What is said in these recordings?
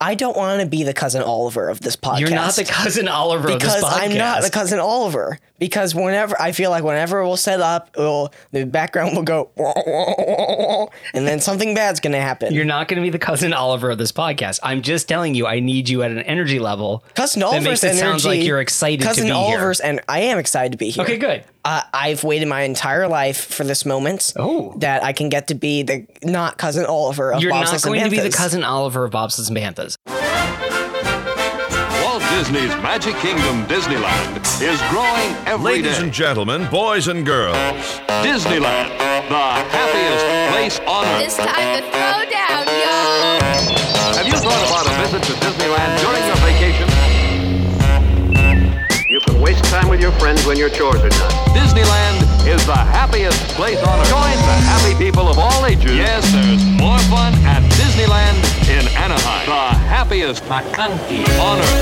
I don't want to be the cousin Oliver of this podcast. You're not the cousin Oliver of this because podcast. I'm not the cousin Oliver. Because whenever I feel like whenever we'll set up, it'll, the background will go, "Wah, wah, wah, wah," and then something bad's gonna happen. You're not going to be the cousin Oliver of this podcast. I'm just telling you, I need you at an energy level. cousin Oliver's makes energy. it sound like you're excited to cousin be here. Oliver's, and I am excited to be here. Okay, good. Uh, I've waited my entire life for this moment. Oh. that I can get to be the not cousin Oliver of You're Bob's not Lives going and to be the Banthas. cousin Oliver of Bobsleds and Banthas. Walt Disney's Magic Kingdom Disneyland is growing every day. Ladies and gentlemen, boys and girls, Disneyland, the happiest place on earth. This time the throwdown, yo! Have you thought about a visit to Disneyland during your vacation? You can waste time with your friends when your chores are done. Disneyland is the happiest place on earth. Join the happy people of all ages. Yes, there's more fun at Disneyland in Anaheim. The happiest on earth.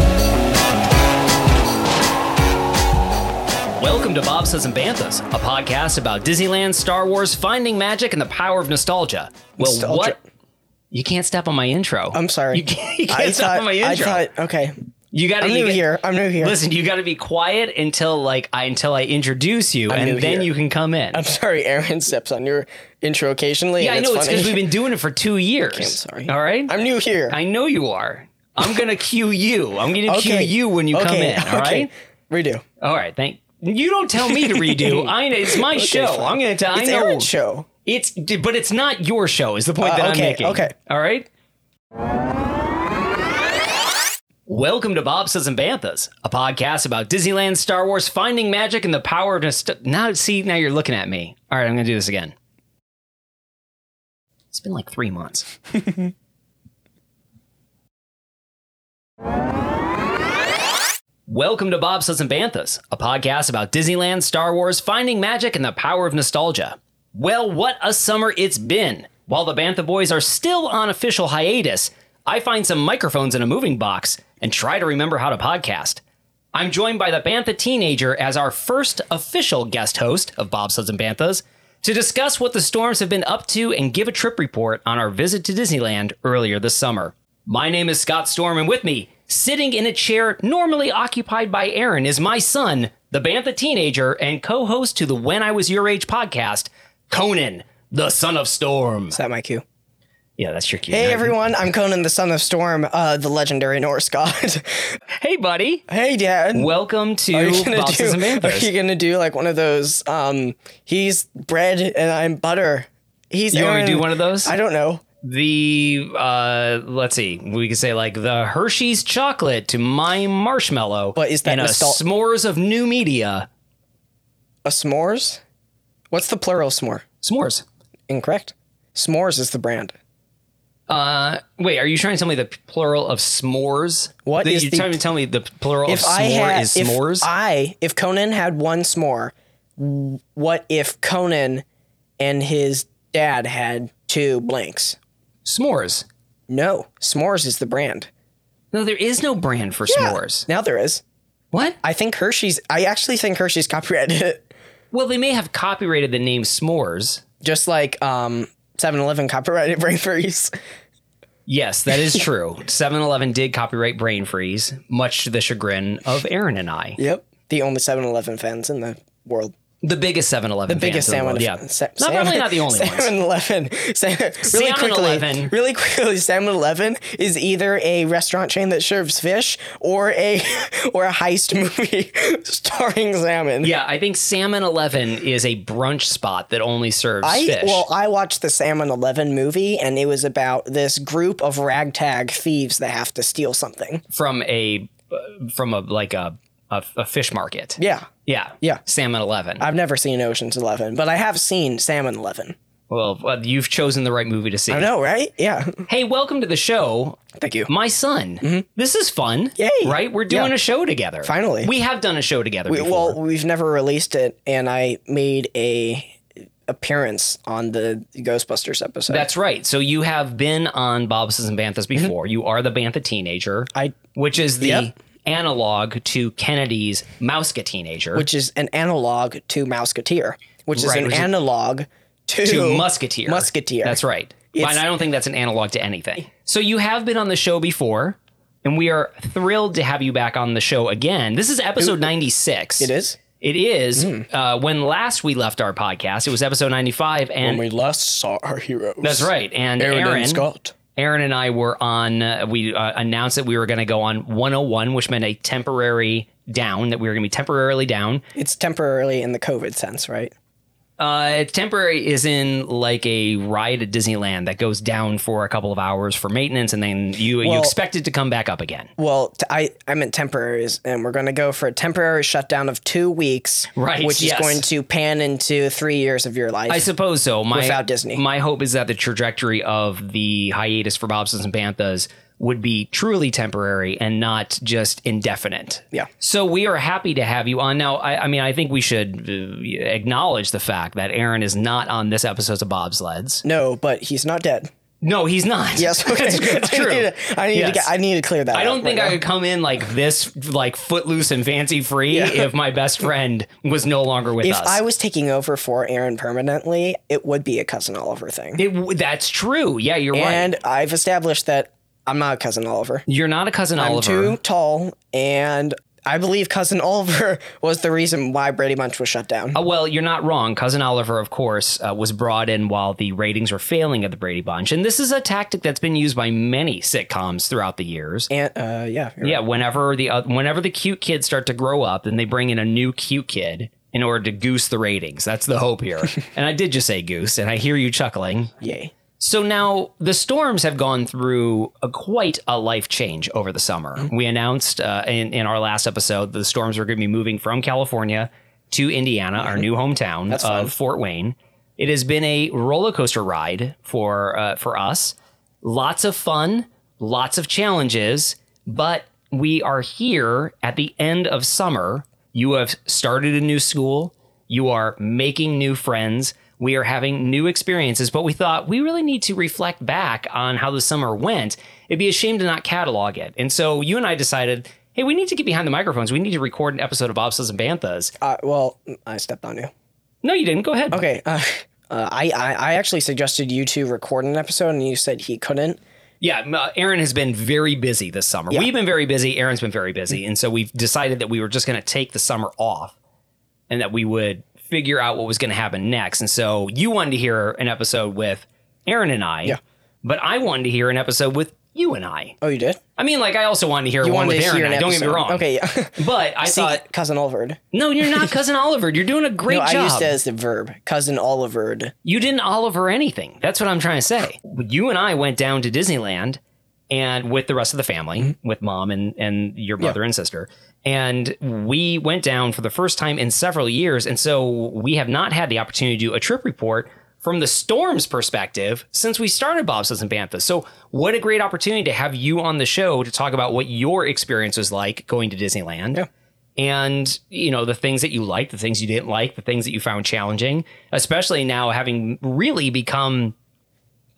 Welcome to Bobsleds and Banthas, a podcast about Disneyland, Star Wars, finding magic, and the power of nostalgia. Well, Nostalgia. what? You can't step on my intro. I'm sorry. You can't, you can't I step thought, on my intro. I thought, okay, you got to I'm new here. I'm new here. Listen, you got to be quiet until like I until I introduce you, new and then here. you can come in. I'm sorry, Aaron steps on your intro occasionally. yeah, I and know it's funny. because we've been doing it for two years. I'm sorry. All right? I'm new here. I know you are. I'm gonna cue you. I'm gonna Okay. cue you when you come Okay, in. All right. okay. Redo. All right. Thank. You don't tell me to redo. I know it's my show. fine. I'm gonna tell. It's I know. Aaron's show. It's but it's not your show. Is the point Uh, that okay, I'm making? okay. All right. Welcome to Bobsas and Banthas, a podcast about Disneyland, Star Wars, finding magic, and the power of nost- now. See, now you're looking at me. All right, I'm going to do this again. It's been like three months. Welcome to Bobsas and Banthas, a podcast about Disneyland, Star Wars, finding magic, and the power of nostalgia. Well, what a summer it's been! While the Bantha Boys are still on official hiatus, I find some microphones in a moving box and try to remember how to podcast. I'm joined by the Bantha Teenager as our first official guest host of Bobsleds and Banthas to discuss what the storms have been up to and give a trip report on our visit to Disneyland earlier this summer. My name is Scott Storm, and with me, sitting in a chair normally occupied by Aaron, is my son, the Bantha Teenager, and co host to the When I Was Your Age podcast, Conan, the Son of Storm. Is that my cue? Yeah, that's your cue. Hey everyone, I'm Conan the Son of Storm, uh, the legendary Norse god. Hey, buddy. hey Dad. Welcome to are you gonna Bobsleds and do? Are Banthas. you gonna do like one of those? Um, he's bread and I'm butter. He's. You wanna Aaron- do one of those? I don't know. the uh let's see we could say like the hershey's chocolate to my marshmallow But is that and a nostal- smores of new media A s'mores. What's the plural of s'more? smores Incorrect. S'mores is the brand. wait are you trying to tell me the plural of smores What That is you're the- trying to tell me the plural If of I s'more had, is if smores I, if Conan had one s'more, w- what if Conan and his dad had two blanks? smores No, s'mores is the brand. no there is no brand for smores Now there is. what I think Hershey's. I actually think Hershey's copyrighted it, well they may have copyrighted the name smores just like um 7-Eleven copyrighted brain freeze. Yes, that is true. 7 Eleven did copyright Brain Freeze, much to the chagrin of Aaron and I. Yep. The only 7-Eleven fans in the world. The biggest 7 Eleven. The biggest in the salmon. world. Yeah. not, probably not the only ones. 7-Eleven. Sa- really quickly. 7-Eleven. Really quickly. 7-Eleven is either a restaurant chain that serves fish or a or a heist movie starring salmon. Yeah, I think Salmon Eleven is a brunch spot that only serves I, fish. Well, I watched the Salmon Eleven movie, and it was about this group of ragtag thieves that have to steal something. from a from a like a a, a fish market. Yeah, yeah, Yeah. Salmon Eleven. I've never seen Ocean's Eleven, but I have seen Salmon Eleven. well, uh, you've chosen the right movie to see. I know, right? Yeah. Hey, welcome to the show. Thank you. My son, this is fun. Mm-hmm. Yay. Right? We're doing Yeah. a show together. Finally. We have done a show together We, before. well, we've never released it, and I made a appearance on the Ghostbusters episode. That's right. So you have been on Bobses and Banthas before. You are the Bantha teenager, Mm-hmm. I- which is the Yep. analog to Kennedy's Mouska teenager, which is an analog to Mouseketeer, which is Right, an which is- analog to, to Musketeer. Musketeer. That's right. and I don't think that's an analog to anything. So you have been on the show before, and we are thrilled to have you back on the show again. This is episode 96. It is. Hmm. It is. Uh, when last we left our podcast, it was episode 95, and When we last saw our heroes. that's right. And Aaron, Aaron, and Scott. Aaron and I were on, uh, we uh, announced that we were going to go on 101, which meant a temporary down, that we were going to be temporarily down. It's temporarily in the COVID sense, right? Uh, temporary is in like a ride at Disneyland that goes down for a couple of hours for maintenance, and then you you Well- expect it to come back up again. Well, t- I, I meant temporaries, and we're going to go for a temporary shutdown of two weeks, Right, which is yes. going to pan into three years of your life. I suppose so. My, Without Disney. my hope is that the trajectory of the hiatus for Bobsons and Banthas would be truly temporary and not just indefinite. Yeah. So we are happy to have you on. Now, I, I mean, I think we should uh, acknowledge the fact that Aaron is not on this episode of Bobsleds. No, but he's not dead. No, he's not. Yes, okay. that's, that's I true. need, to, I, need Yes. to get, I need to clear that. I don't up think right I could come in like this, like footloose and fancy free, if my best friend was no longer with Now. If us. I was taking over for Aaron permanently, it would be a cousin Oliver thing. It w- that's true. Yeah, you're right. And I've established that I'm not a cousin Oliver. You're not a cousin I'm Oliver. too tall, and I believe cousin Oliver was the reason why Brady Bunch was shut down. Uh, well, you're not wrong. Cousin Oliver, of course, uh, was brought in while the ratings were failing of the Brady Bunch, and this is a tactic that's been used by many sitcoms throughout the years. And uh, yeah, you're yeah, whenever the uh, whenever the cute kids start to grow up, then they bring in a new cute kid in order to goose the ratings. That's the hope here. and I did just say goose, and I hear you chuckling. right. yay. So now the storms have gone through a, quite a life change over the summer. We announced uh, in, in our last episode that the storms were going to be moving from California to Indiana, our new hometown of fun. Fort Wayne. It has been a roller coaster ride for uh, for us. Lots of fun, lots of challenges, but we are here at the end of summer. You have started a new school. You are making new friends. We are having new experiences, but we thought we really need to reflect back on how the summer went. It'd be a shame to not catalog it. And so you and I decided, hey, we need to get behind the microphones. We need to record an episode of Bobsleds and Banthas. Uh, well, I stepped on you. No, you didn't. Go ahead. Okay. Uh, uh, I, I I actually suggested you two record an episode, and you said he couldn't. Yeah, m- uh, Aaron has been very busy this summer. We've been very busy. Aaron's been very busy. And so we've decided that we were just going to take the summer off and that we would figure out what was going to happen next. And so you wanted to hear an episode with Aaron and I, Yeah. but I wanted to hear an episode with you and I. Oh, you did. I mean, like, I also wanted to hear You one with wanted to Aaron hear and an I. Don't get me episode. wrong. Okay. Yeah. But I See, thought, cousin Oliver. no, you're not Cousin Oliver. You're doing a great No, job. I used it as the verb. Cousin Oliver. You didn't Oliver anything. That's what I'm trying to say. You and I went down to Disneyland and with the rest of the family, with mom and, and your brother and sister. And we went down for the first time in several years. And so we have not had the opportunity to do a trip report from the storm's perspective since we started Bobsleds and Bantha. So what a great opportunity to have you on the show to talk about what your experience was like going to Disneyland and you know the things that you liked the things you didn't like the things that you found challenging especially now having really become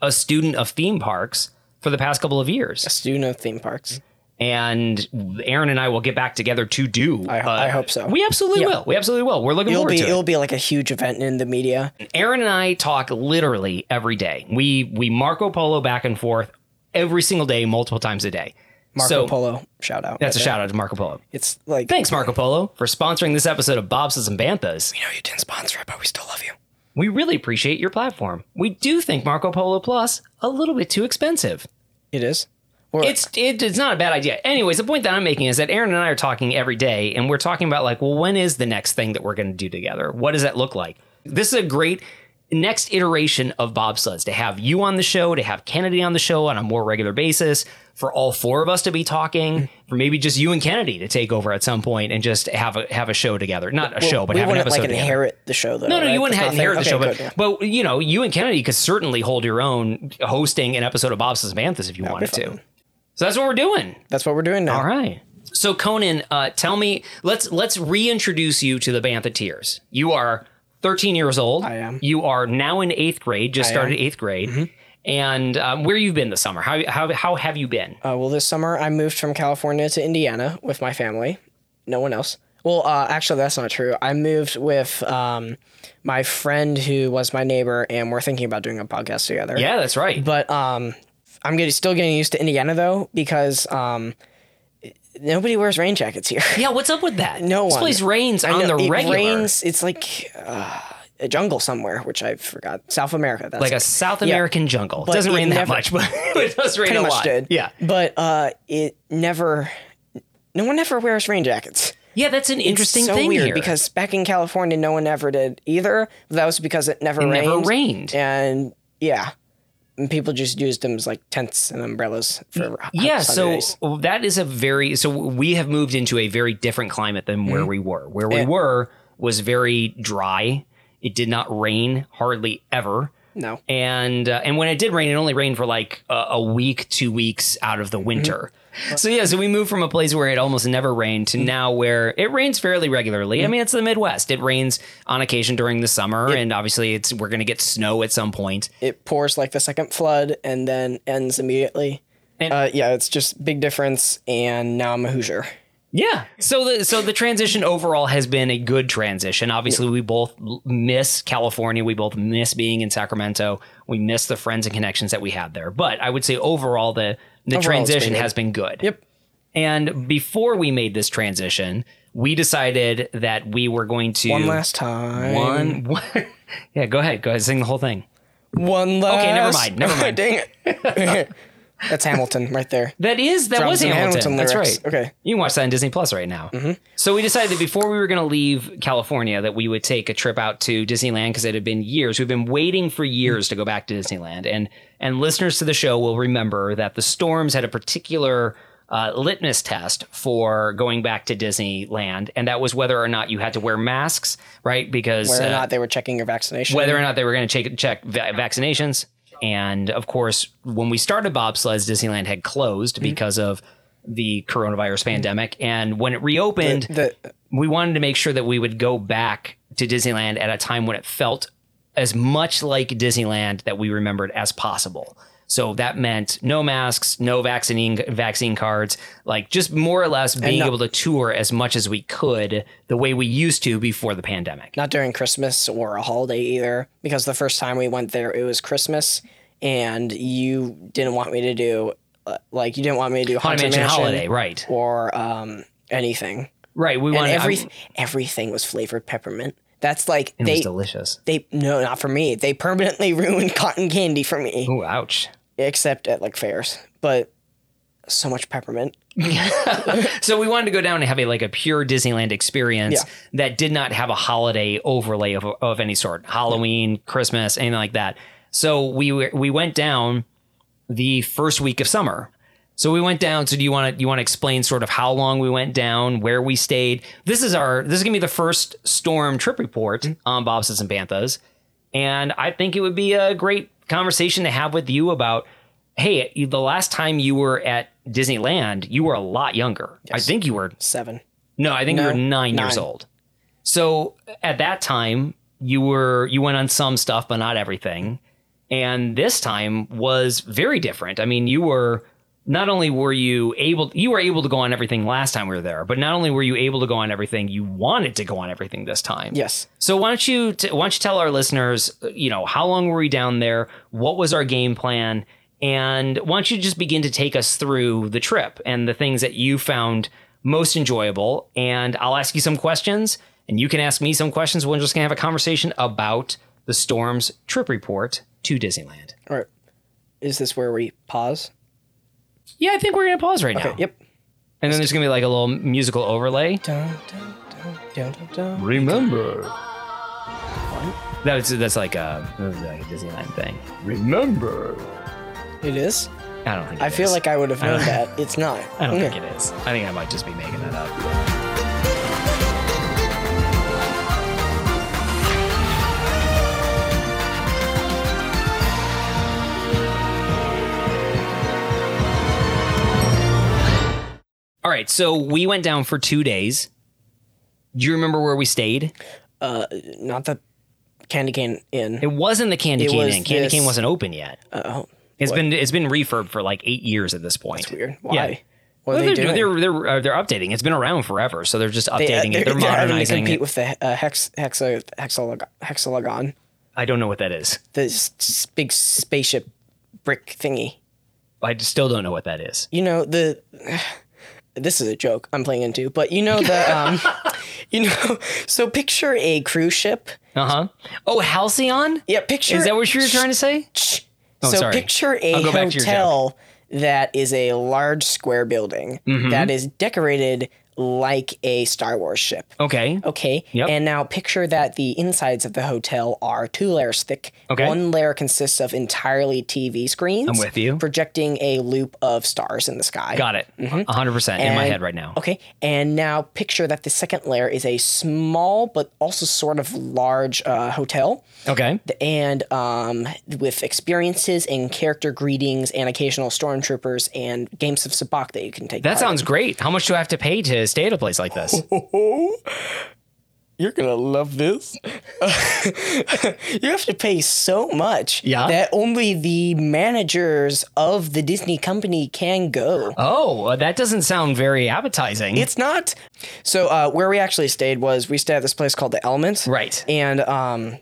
a student of theme parks for the past couple of years Student of theme parks. and aaron and i will get back together to do uh, I- I hope so. we absolutely Yeah. will we absolutely will we're looking It'll forward be to it it'll be like a huge event in the media. Aaron and I talk literally every day. We we Marco Polo back and forth every single day, multiple times a day. Marco So, Polo shout out. That's a right shout out to Marco Polo. there. It's like Thanks, Marco Polo, for sponsoring this episode of Bobses and Banthas. You know you didn't sponsor it, but we still love you. We really appreciate your platform. We do think Marco Polo Plus a little bit too expensive. It is. Or, It's it, it's not a bad idea. Anyways, the point that I'm making is that Aaron and I are talking every day, and we're talking about like, well, when is the next thing that we're going to do together? What does that look like? This is a great next iteration of bobsleds to have you on the show, to have Kennedy on the show on a more regular basis, for all four of us to be Mm. talking, for maybe just you and Kennedy to take over at some point and just have a have a show together. Not a show, but we have an wouldn't episode like together. inherit the show though. No, no, right? you wouldn't That's have inherit nothing- the show, okay, but, good, yeah. but you know, you and Kennedy could certainly hold your own hosting an episode of Bob's Banthas if you wanted be to. fun. So that's what we're doing. that's what we're doing now. All right. So Conan, uh, tell me, let's let's reintroduce you to the Bantha Tears. You are 13 years old. I am. Mm-hmm. You are now in eighth grade. Just started eighth grade. And um, where you've been this summer? How how how have you been? Oh. Uh, well, this summer I moved from California to Indiana with my family. No one else. Well, uh, actually, that's not true. I moved with um, my friend who was my neighbor, and we're thinking about doing a podcast together. Yeah, that's right. But um, I'm getting, still getting used to Indiana though because um, nobody wears rain jackets here. yeah, what's up with that? No this one. place rains I on know, the it regular. rains. It's like uh, a jungle somewhere, which I forgot. South America. That's like a South Yeah. American jungle. It But doesn't it rain that never- much, but it does rain pretty a much lot. did. Yeah, But uh, it never. No one ever wears rain jackets. yeah, that's an interesting so thing weird here. because back in California, no one ever did either. That was because it never it rained. never rained. and yeah, and people just used them as like tents and umbrellas for hot yeah sun so days. that is a very so we have moved into a very different climate than where we were where we Mm-hmm. Yeah. were was very dry it did not rain hardly ever no, and uh, and when it did rain it only rained for like a, a week two weeks out of the winter so yeah so we moved from a place where it almost never rained to now where it rains fairly regularly i mean it's the midwest it rains on occasion during the summer and obviously it's we're going to get snow at some point it pours like the second flood and then ends immediately. And- uh, yeah, it's just big difference. And now I'm a Hoosier. Yeah. So the so the transition overall has been a good transition. Obviously, we both l- miss California. We both miss being in Sacramento. We miss the friends and connections that we had there. But I would say overall the the Overall, it's transition been good. has been good. Yep. And before we made this transition, we decided that we were going to One last time. one. one yeah. Go ahead. Go ahead. Sing the whole thing. One last. never mind, never mind. Dang it. That's Hamilton right there. That is that Drop was some Hamilton. Hamilton That's lyrics. right. Okay. Mm-hmm. you can watch that on Disney Plus right now. So we decided that before we were going to leave California, that we would take a trip out to Disneyland because it had been years. We've been waiting for years to go back to Disneyland, and and listeners to the show will remember that the storms had a particular. Uh, litmus test for going back to Disneyland, and that was whether or not you had to wear masks, right? Because Whether or uh, not they were checking your vaccination. whether or not they were going to check, check va- vaccinations. And of course, when we started bobsleds, Disneyland had closed Mm-hmm. because of the coronavirus pandemic. And when it reopened, the we wanted to make sure that we would go back to Disneyland at a time when it felt as much like Disneyland that we remembered as possible. So that meant no masks, no vaccine vaccine cards, like just more or less being no- able to tour as much as we could the way we used to before the pandemic. not during Christmas or a holiday either, because the first time we went there, it was Christmas, and you didn't want me to do uh, like you didn't want me to do Haunted Haunted Mansion Mansion Holiday, right. or um, anything. Right, we um, And wanted every, I- everything was flavored peppermint. That's like It was they delicious. they no not for me. They permanently ruined cotton candy for me, Ooh, ouch. except at like fairs. But so much peppermint. So we wanted to go down and have a like a pure Disneyland experience Yeah. that did not have a holiday overlay of, of any sort, Halloween, Christmas, anything like that. So we were- we went down the first week of summer. So we went down. So do you want to you want to explain sort of how long we went down, where we stayed? This is our this is gonna be the first storm trip report Mm-hmm. on Bobsets and Banthas, and I think it would be a great conversation to have with you about. Hey, you- the last time you were at Disneyland, you were a lot younger. I think you were Seven. no, I think you No, were nine, nine. years old. So at that time, you were you went on some stuff, but not everything. And this time was very different. I mean, you were not only were you able you were able to go on everything last time we were there, but not only were you able to go on everything, you wanted to go on everything this time. Yes. So why don't you t- why don't you tell our listeners, uh, you know, how long were we down there? What was our game plan? And why don't you just begin to take us through the trip and the things that you found most enjoyable? And I'll ask you some questions, and you can ask me some questions. We're just gonna have a conversation about the storm's trip report to Disneyland. All right. Is this where we pause? Yeah, I think we're gonna pause right now. Yep. And then there's gonna be like a little musical overlay. Dun, dun, dun, dun, dun, dun. Remember, That's that's like a, that was like a Disneyland thing. remember. It is. I don't think. I it feel is. like I would have known don't- that. It's not. Uh, I don't think it is. I think I might just be making that up. All right, so we went down for two days. Do you remember where we stayed? Mm, Not the Candy Cane Inn. It wasn't the Candy It Cane was Inn. Candy this- Cane wasn't open yet. oh, It's been it's been refurbed for like eight years at this point. weird. Why? Yeah. What are Well, they they're, doing? they're they're uh, they're updating. It's been around forever, so they're just updating They, uh, it. They're, having to modernizing compete it. with the uh, hex, hexa, hexalog, hexalagon, I don't know what that is. the s- s- big spaceship brick thingy. I just still don't know what that is. You know the. This is a joke I'm playing into, but you know the, um, you know, so picture a cruise ship. Uh huh. Oh, Halcyon. Yeah, picture. Is that what you were trying to say? Shh. Oh, so sorry. picture a I'll go back to your hotel that is a large square building Mm-hmm. that is decorated like a Star Wars ship. Okay. Okay. Yep. And now picture that the insides of the hotel are two layers thick. Okay. One layer consists of entirely TV screens. I'm with you. Projecting a loop of stars in the sky. Got it. 100 percent in my Mm-hmm. And- head right now. Okay. And now picture that the second layer is a small but also sort of large uh, hotel Okay. and um, with experiences and character greetings and occasional stormtroopers and games of sabacc that you can take. That part in. sounds great. How much do I have to pay to stay at a place like this? You're gonna love this. you have to pay so much Yeah. that only the managers of the Disney company can go. Oh, uh, that doesn't sound very appetizing. It's not. So uh, where we actually stayed was we stayed at this place called the Element, Right. And um,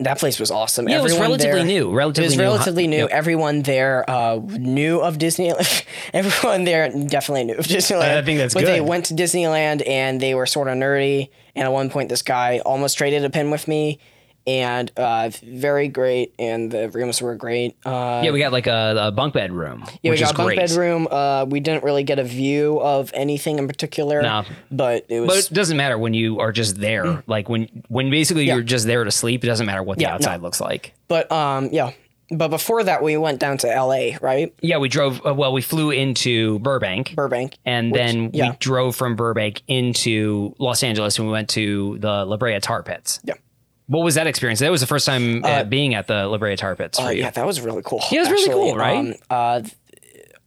that place was awesome. Yeah, it was Everyone relatively there- new, relatively it was new. relatively new. Yep. Everyone there uh, knew of Disneyland. Everyone there definitely knew of Disneyland. I think that's but they good. went to Disneyland and they were sort of nerdy. And at one point, this guy almost traded a pen with me. And uh, very great, and the rooms were great. Uh, yeah, we got like a, a bunk bed room, yeah, which we got is a bunk great. bedroom. Uh, we didn't really get a view of anything in particular. No. but it was But it doesn't matter when you are just there. Like when when basically you're just there to sleep. It doesn't matter what Mm. the Yeah, no. outside looks like. But um, yeah. But before that, we went down to L.A. Right, Yeah, we drove. Uh, well, we flew into Burbank, Burbank. and which- then yeah. we drove from Burbank into Los Angeles, and we went to the La Brea Tar Pits. Yeah. What was that experience? That was the first time uh, being at the La Brea Tar Pits for Uh, you. yeah, that was really cool. Oh, Yeah, it was really actually. cool, right? Um, uh,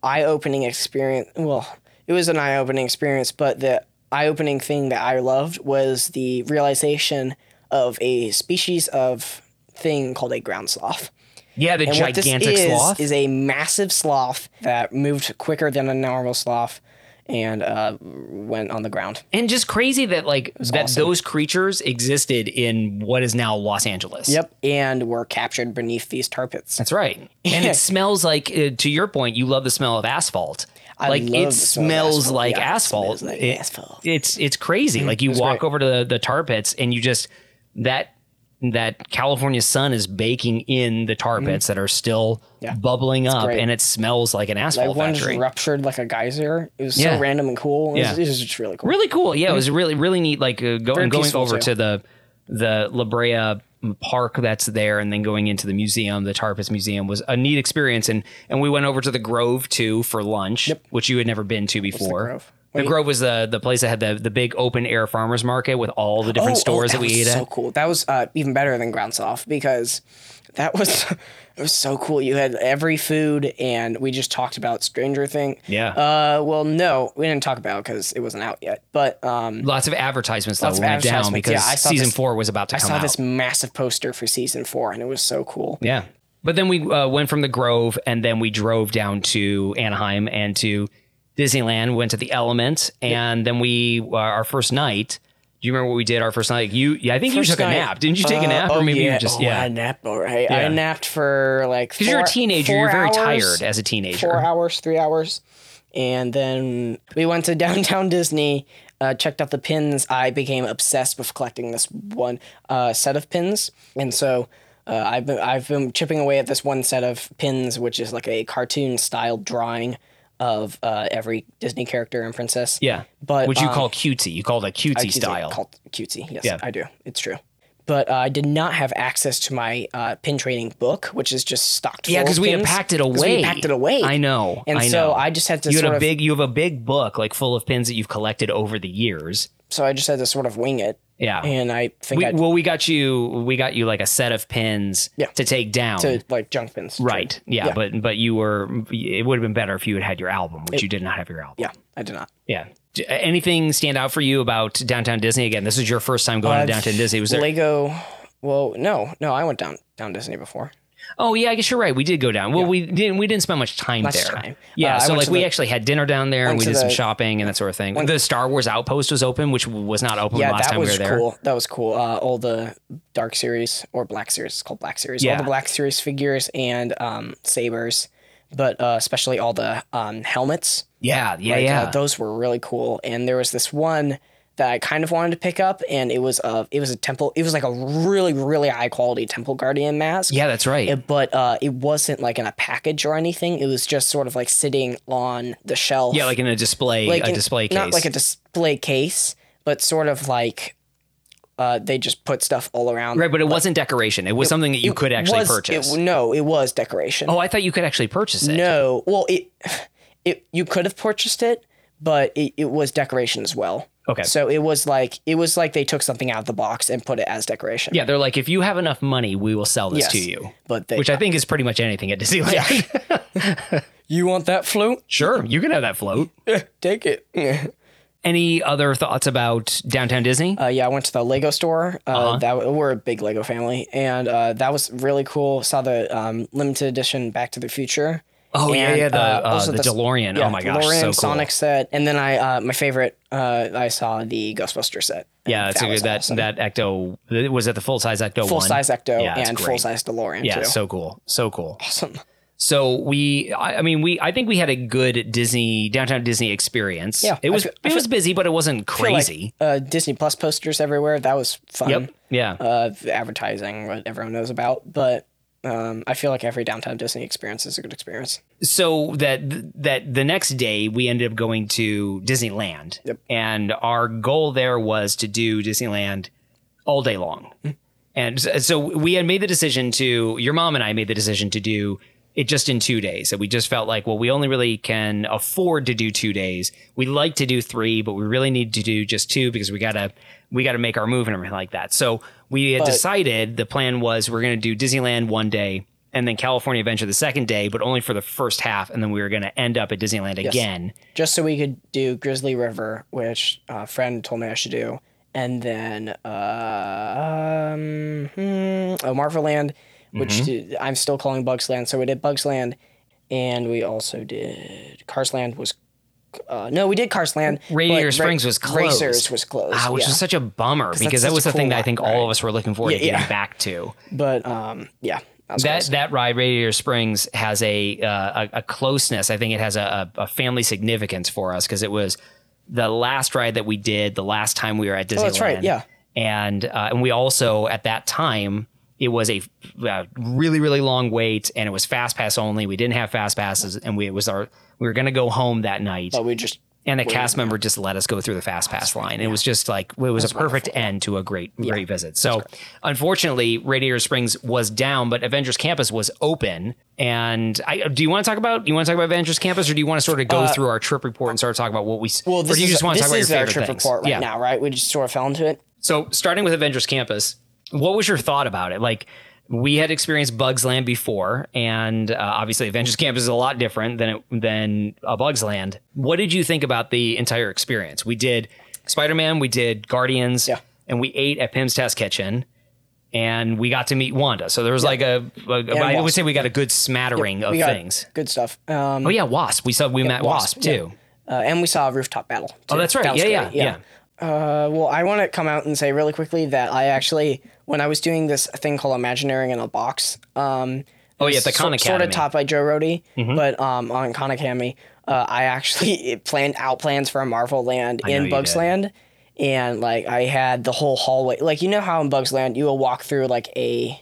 eye-opening experience. Well, it was an eye-opening experience, but the eye-opening thing that I loved was the realization of a species of thing called a ground sloth. Yeah, the And what this gigantic is sloth. is a massive sloth that moved quicker than a normal sloth and uh, went on the ground. and just crazy that like that those creatures existed in what is now Los Angeles. Yep, and were captured beneath these tar pits. That's right. And it smells like uh, to your point, you love the smell of asphalt. I like love it the smell of smells asphalt. like Yeah, it asphalt. smells like It- asphalt. It's it's crazy. Like you walk over to the, the tar pits and you just that that California sun is baking in the tar pits that are still bubbling up great. and it smells like an Like asphalt one just factory. ruptured like a geyser. It was Yeah. so random and cool. It was, Yeah. it was just really cool. really cool. Yeah, it was really really neat. Like uh, go, and going Mm-hmm. peaceful, over too. to the the La Brea Park that's there, and then going into the museum, the Tarpus Museum was a neat experience. And and we went over to the Grove too for lunch, which you had never been to before. the Grove? Grove? was the the place that had the the big open air farmers market with all the different Oh, oh, stores that, was we ate so at. cool. That was uh, even better than ground soft because that was it was so cool. You had every food, and we just talked about Stranger Thing. Yeah. Uh, well, no, we didn't talk about it because it wasn't out yet. But um, Lots of advertisements that Lots went of down advertisements. because Yeah, I saw season this- four was about to I come saw out. this massive poster for season four, and it was so cool. Yeah. But then we uh, went from the Grove and then we drove down to Anaheim and to Disneyland, went to the Element, and then we, uh, our first night, do you remember what we did our first night? You, yeah, I think First you took night- a nap. Didn't you take Uh, a nap? oh, or maybe yeah. you just, oh, I yeah. napped, all right. Yeah. I napped for like Because you're a four- teenager, four you're very hours. tired as a teenager. four hours, three hours. And then we went to downtown Disney, uh, checked out the pins. I became obsessed with collecting this one uh, set of pins. And so uh, I've, been, I've been chipping away at this one set of pins, which is like a cartoon style drawing of uh, every Disney character and princess. Yeah. But, Which you um, call cutesy. You called a cutesy Cutesy, style. Called cutesy. Yes, Yeah. I do. It's true. But uh, I did not have access to my uh, pin trading book, which is just stocked. yeah, because because we had packed it away. We packed it away. I know. And I so know. I just had to you had sort a of- big, you have a big book like full of pins that you've collected over the years. So I just had to sort of wing it. Yeah. And I think We, I well, we got you. We got you like a set of pins Yeah. to take down. to like junk pins. Right. Yeah, But but you were. It would have been better if you had had your album, which you did not have your album. Yeah, I did not. Yeah. D- Anything stand out for you about Downtown Disney? Again, this is your first time going Uh, to Downtown Disney. Was there? Lego. Well, no, no, I went down down Disney before. Oh yeah, I guess you're right. We did go down. Well, we didn't. We didn't spend much time Much there. time. Yeah, Uh, I so went like to we the- actually had dinner down there, and went we to did some the- shopping and that sort of thing. the Star Wars Outpost was open, which was not open yeah, last that time we was were there. cool. That was cool. Uh, all the Dark Series or Black Series, it's called Black Series. Yeah. All the Black Series figures and um, sabers, but uh, especially all the um, helmets. Yeah, yeah, Like, uh, Oh, yeah. those were really cool. And there was this one that I kind of wanted to pick up, and it was a it was a temple. It was like a really really high quality temple guardian mask. yeah, that's right. It- but uh, it wasn't like in a package or anything. It was just sort of like sitting on the shelf. yeah, like in a display, a in- display case. not like a display case, but sort of like uh, they just put stuff all around. right, but it wasn't decoration. It was something that you could actually Was- it- purchase. no, it was decoration. oh, I thought you could actually purchase it. no, well, it it you could have purchased it, but it, it was decoration as well. Okay. So it was like it was like they took something out of the box and put it as decoration. Yeah, they're like, if you have enough money, we will sell this Yes. to you. But they, Which I think is pretty much anything at Disneyland. you want that flute? sure, you can have that float. Take it. Any other thoughts about Downtown Disney? Uh, yeah, I went to the Lego store. Uh, Uh-huh. That we're a big Lego family, and uh, that was really cool. Saw the um, limited edition Back to the Future. Oh, yeah, And, yeah, the, uh, also the DeLorean. Oh my gosh, DeLorean so cool. Sonic set, and then I uh, my favorite. Uh, I saw the Ghostbuster set. yeah, it's a good that that Ecto was that the full size Ecto full one? size Ecto Yeah, it's and great. full size DeLorean. Yeah, too. so cool, so cool. awesome. So we, I I mean, we, I think we had a good Disney downtown Disney experience. Yeah, it I was feel- I it feel- was busy, but it wasn't I feel like, crazy. uh, Disney Plus posters everywhere. That was fun. yep. Yeah. Uh, advertising, what everyone knows about, but um, I feel like every downtown Disney experience is a good experience. so that that the next day we ended up going to Disneyland, Yep. and our goal there was to do Disneyland all day long. And s- so we had made the decision to your mom and I made the decision to do it just in two days. So we just felt like, well, we only really can afford to do two days. We like to do three, but we really need to do just two because we gotta we gotta make our move and everything like that. So we had decided the plan was we're gonna do Disneyland one day and then California Adventure the second day, but only for the first half, and then we were gonna end up at Disneyland again. just so we could do Grizzly River, which a friend told me I should do, and then uh, um, hmm, oh, Marvel Land, which Mm-hmm. did- I'm still calling Bugs Land. So we did Bugs Land, and we also did Cars Land was. Uh, no, we did Cars Land. Radiator but Ra- Springs was closed. Racers was closed. Ah, which yeah. was such a bummer because that such was a the thing cool that I think ride, all right? of us were looking forward to Yeah, getting yeah. back to. but um, yeah, that was that closed. that ride Radiator Springs has a uh, a, a closeness. I think it has a, a, a family significance for us because it was the last ride that we did the last time we were at Disneyland. Oh, that's right, yeah. and uh, and we also at that time it was a uh, really really long wait and it was fast pass only. We didn't have fast passes and we it was our we were gonna go home that night. but we just and the cast member just let us go through the fast pass line. It was just like it was a perfect end to a great, great visit. So, unfortunately, Radiator Springs was down, but Avengers Campus was open. And I do you want to talk about you want to talk about Avengers Campus, or do you want to sort of go through our trip report and start talking about what we? Uh, well, or this do you is just want to this talk about your is our favorite trip things? report right yeah. now, right? We just sort of fell into it. So, starting with Avengers Campus, what was your thought about it? Like, we had experienced Bugs Land before, and uh, obviously, Avengers Campus is a lot different than it, than uh, Bugs Land. What did you think about the entire experience? We did Spider Man, we did Guardians, Yeah. and we ate at Pim's Test Kitchen, and we got to meet Wanda. So there was like a, a- a- I would Wasp. say we got a good smattering of We got things. good stuff. Um, Oh yeah, Wasp. We saw we met Wasp, Wasp, yeah. too. Uh, and we saw a rooftop battle. Oh, too. that's right. That was yeah, yeah, great, yeah, Uh, well, I want to come out and say really quickly that I actually, when I was doing this thing called Imagineering in a Box, um, Oh yeah, at the Khan sort Academy. Mm-hmm. of taught by Joe Rohde, but um, on Khan Academy, uh, I actually planned out plans for a Marvel Land know in you Bugs did. Land, and like I had the whole hallway. Like you know how in Bugs Land you will walk through like a,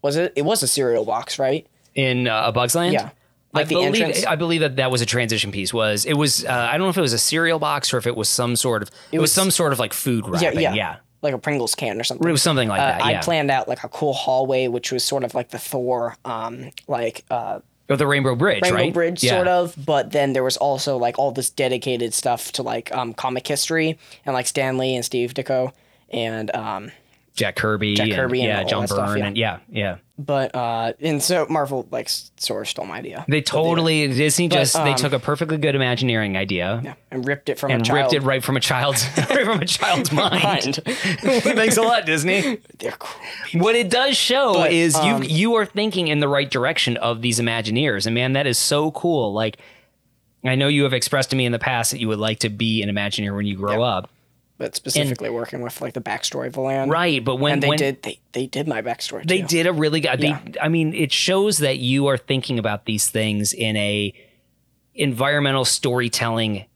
was it? It was a cereal box, right? in uh, a Bugs Land. Yeah. Like I the believe entrance? I believe that that was a transition piece. Was it was uh, I don't know if it was a cereal box or if it was some sort of it, was, was- some sort of like food wrapping. Yeah, Like a Pringles can or something. it was something like Uh, that. Yeah, I planned out like a cool hallway, which was sort of like the Thor, um, like uh, or the Rainbow Bridge, Rainbow right? Bridge yeah. sort of. But then there was also like all this dedicated stuff to like um, comic history and like Stan Lee and Steve Ditko and um, Jack Kirby, Jack and, Kirby and yeah, all John that Byrne, stuff, yeah. and yeah, yeah. But uh, and so Marvel like s- sort of stole my idea. They totally Disney just they um, took a perfectly good Imagineering idea yeah, and ripped it from a and child. ripped it right from a child's right from a child's mind. Mind. Thanks a lot, Disney. They're cool. What it does show But, is um, you you are thinking in the right direction of these Imagineers, and man, that is so cool. Like, I know you have expressed to me in the past that you would like to be an Imagineer when you grow up, But specifically working with like the backstory of the land. right? But when And they when, did they, they did my backstory. they too. did a really good they Yeah. i mean it shows that you are thinking about these things in a environmental storytelling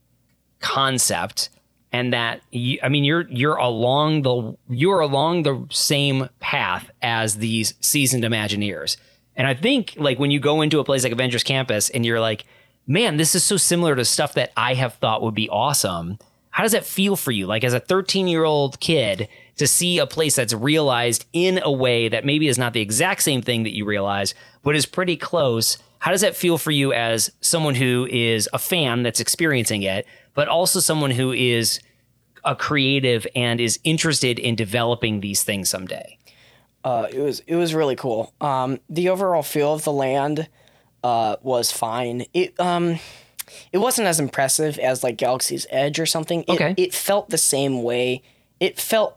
concept and that you, i mean you're you're along the you're along the same path as these seasoned imagineers and i think like when you go into a place like avengers campus and you're like man this is so similar to stuff that i have thought would be awesome how does that feel for you like as a 13 year old kid to see a place that's realized in a way that maybe is not the exact same thing that you realize but is pretty close how does that feel for you as someone who is a fan that's experiencing it but also someone who is a creative and is interested in developing these things someday uh, it was it was really cool. Um, the overall feel of the land uh, was fine. It um, it wasn't as impressive as like Galaxy's Edge or something. It, Okay. it felt the same way. It felt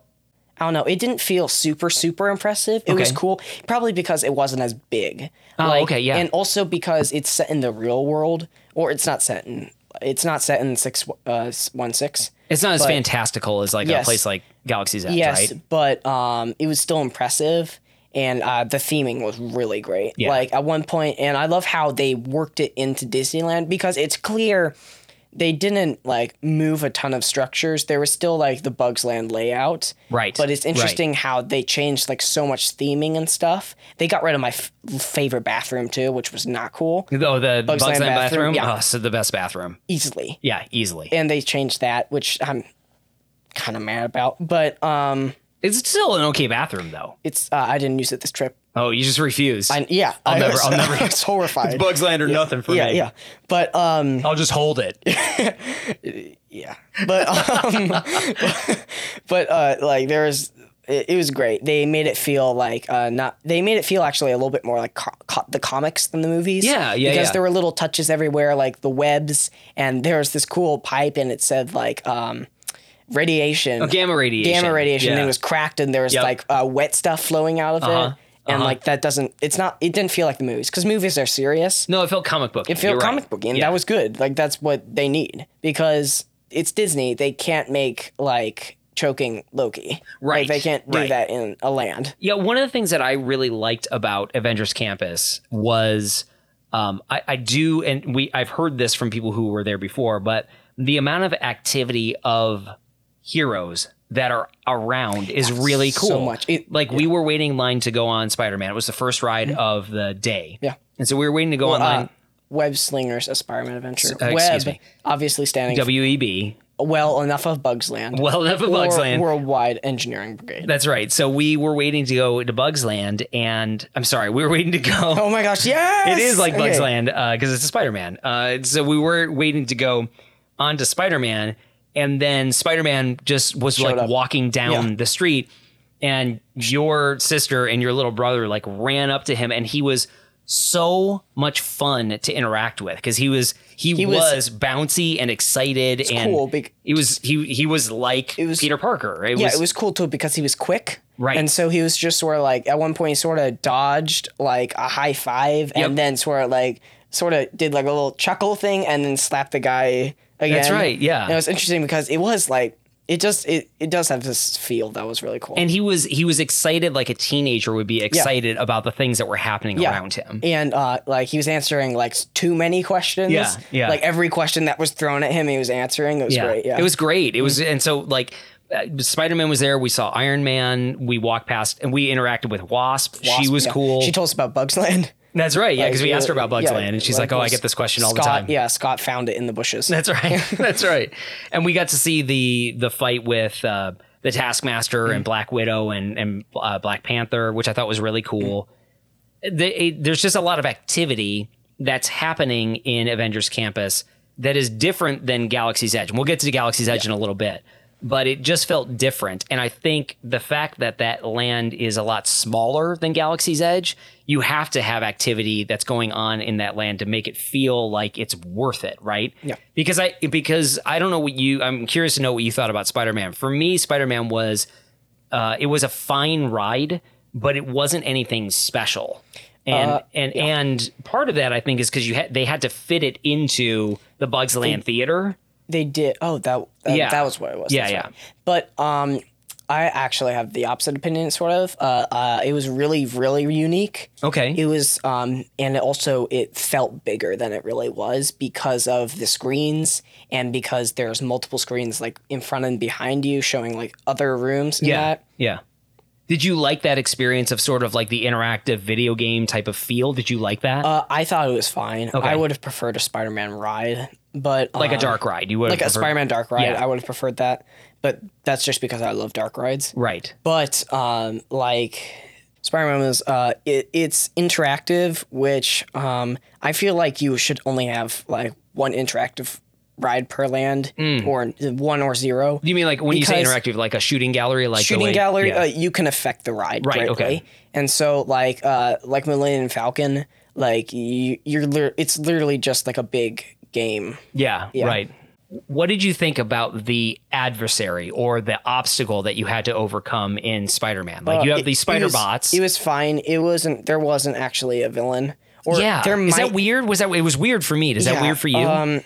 I don't know. It didn't feel super super impressive. It was Okay. cool, probably because it wasn't as big. Oh, okay, yeah. And also because it's set in the real world, or it's not set in it's not set in six uh, one six. it's not as But- fantastical as like a Yes. place like galaxy's edge Yes, right but um, it was still impressive, and uh, the theming was really great. Yeah. Like at one point, and I love how they worked it into Disneyland because it's clear they didn't like move a ton of structures. There was still like the Bugs Land layout, Right, But it's right. interesting how they changed like so much theming and stuff. They got rid of my f- favorite bathroom too, which was not cool oh the bugs, Land land bathroom, bathroom, yeah. oh, so the best bathroom easily. yeah easily And they changed that, which I'm kind of mad about. But um, it's still an okay bathroom though it's uh, I didn't use it this trip. oh you just refuse I, yeah, I'll I never- was- I'll never- I was horrified. bugs land or nothing for yeah, me yeah, but um, i'll just hold it yeah, but um, but uh, like there was, it, it was great. They made it feel like uh, not. They made it feel actually a little bit more like co- co- the comics than the movies. Yeah, yeah, Because yeah. there were little touches everywhere, like the webs, and there was this cool pipe, and it said like um, radiation. Oh, gamma radiation. Gamma radiation. Yeah. And it was cracked, and there was Yep. like uh, wet stuff flowing out of Uh-huh, it. And like that doesn't, it's not, it didn't feel like the movies because movies are serious. No, it felt comic book. It felt comic booky, and that was good. Like that's what they need because it's Disney. They can't make like choking Loki. Right, Like, they can't do right. that in a land. yeah. One of the things that I really liked about Avengers Campus was um, I, I do, and we I've heard this from people who were there before, but the amount of activity of heroes that are around is really cool. so much. It- Mm-hmm. like we were waiting in line to go on Spider Man. It was the first ride of the day. Yeah. and so we were waiting to go Well, online. uh, Web Slingers, a Spider-Man adventure. uh, Web, excuse me. obviously standing Web. well enough of Bugs Land. Well, enough of Bugs or Land. Worldwide Engineering Brigade. That's right. So we were waiting to go to Bugs Land, and I'm sorry, we were waiting to go. oh my gosh! Yes, It is like Bugs Okay. Land because it's a Spider Man. Uh, so we were waiting to go onto Spider Man, and then Spider Man just was like up. walking down Yeah. the street, and your sister and your little brother like ran up to him, and he was so much fun to interact with because he was he, was, was- bouncy and excited and cool bec- he was he he was like was- Peter Parker. It Yeah, was, it was cool too because he was quick. Right. And so he was just sort of like at one point he sort of dodged like a high five Yep. and then sort of like sort of did like a little chuckle thing and then slapped the guy again. That's right, yeah. And it was interesting because it was like it just it, it does have this feel that was really cool. and he was he was excited like a teenager would be excited about the things that were happening Yeah. around him. and uh, like he was answering like s- too many questions. Yeah, yeah. Like every question that was thrown at him, he was answering. It was great. Yeah, Mm-hmm. It was great. It was, and so like Spider Man was there. We saw Iron Man. We walked past and we interacted with Wasp. she Wasp, was yeah. cool. She told us about Bugs Land. That's right. Yeah, because we Like, asked her about Bugs yeah, Land, and she's like, "Oh, I get this question all the Scott- time." Yeah, Scott found it in the bushes. That's right. That's right. And we got to see the the fight with uh, the Taskmaster Mm-hmm. and Black Widow and and uh, Black Panther, which I thought was really cool. The, it, there's just a lot of activity that's happening in Avengers Campus that is different than Galaxy's Edge. And we'll get to Galaxy's Edge in a little bit. but it just felt different. And I think the fact that that land is a lot smaller than Galaxy's Edge, you have to have activity that's going on in that land to make it feel like it's worth it, right? Yeah. Because I because I don't know what you I'm curious to know what you thought about Spider-Man. For me, Spider-Man was uh, it was a fine ride, but it wasn't anything special. And Uh, and and part of that I think is because you had they had to fit it into the Bugs Land Theater. They did. Oh, that uh, Yeah. that was what it was. Yeah, That's yeah. right. But um, I actually have the opposite opinion, sort of. Uh, uh, it was really, really unique. Okay. It was, um, and it also it felt bigger than it really was because of the screens and because there's multiple screens like in front and behind you showing like other rooms. And That. Yeah. Did you like that experience of sort of like the interactive video game type of feel? Did you like that? Uh, I thought it was fine. Okay. I would have preferred a Spider-Man ride, but like a um, dark ride. You would like a have preferred- Spider-Man dark ride. Yeah. I would have preferred that, but that's just because I love dark rides. Right. but um, like Spider-Man was, uh, it, it's interactive, which um, I feel like you should only have like one interactive ride per land, or one or zero. Mm. You mean like when you say Because- interactive, like a shooting gallery, like the Shooting way- gallery, yeah. uh, you can affect the ride Right, greatly, okay. and so like uh, like Millennium Falcon, like you, you're lit- it's literally just like a big game. yeah, yeah. right. What did you think about the adversary or the obstacle that you had to overcome in Spider-Man? Like you Uh, have it- these spider it was- bots. It was fine. It wasn't. There wasn't actually a villain. Or yeah. there Is that might- weird? Was that it was weird for me? Is that Yeah, weird for you? Um,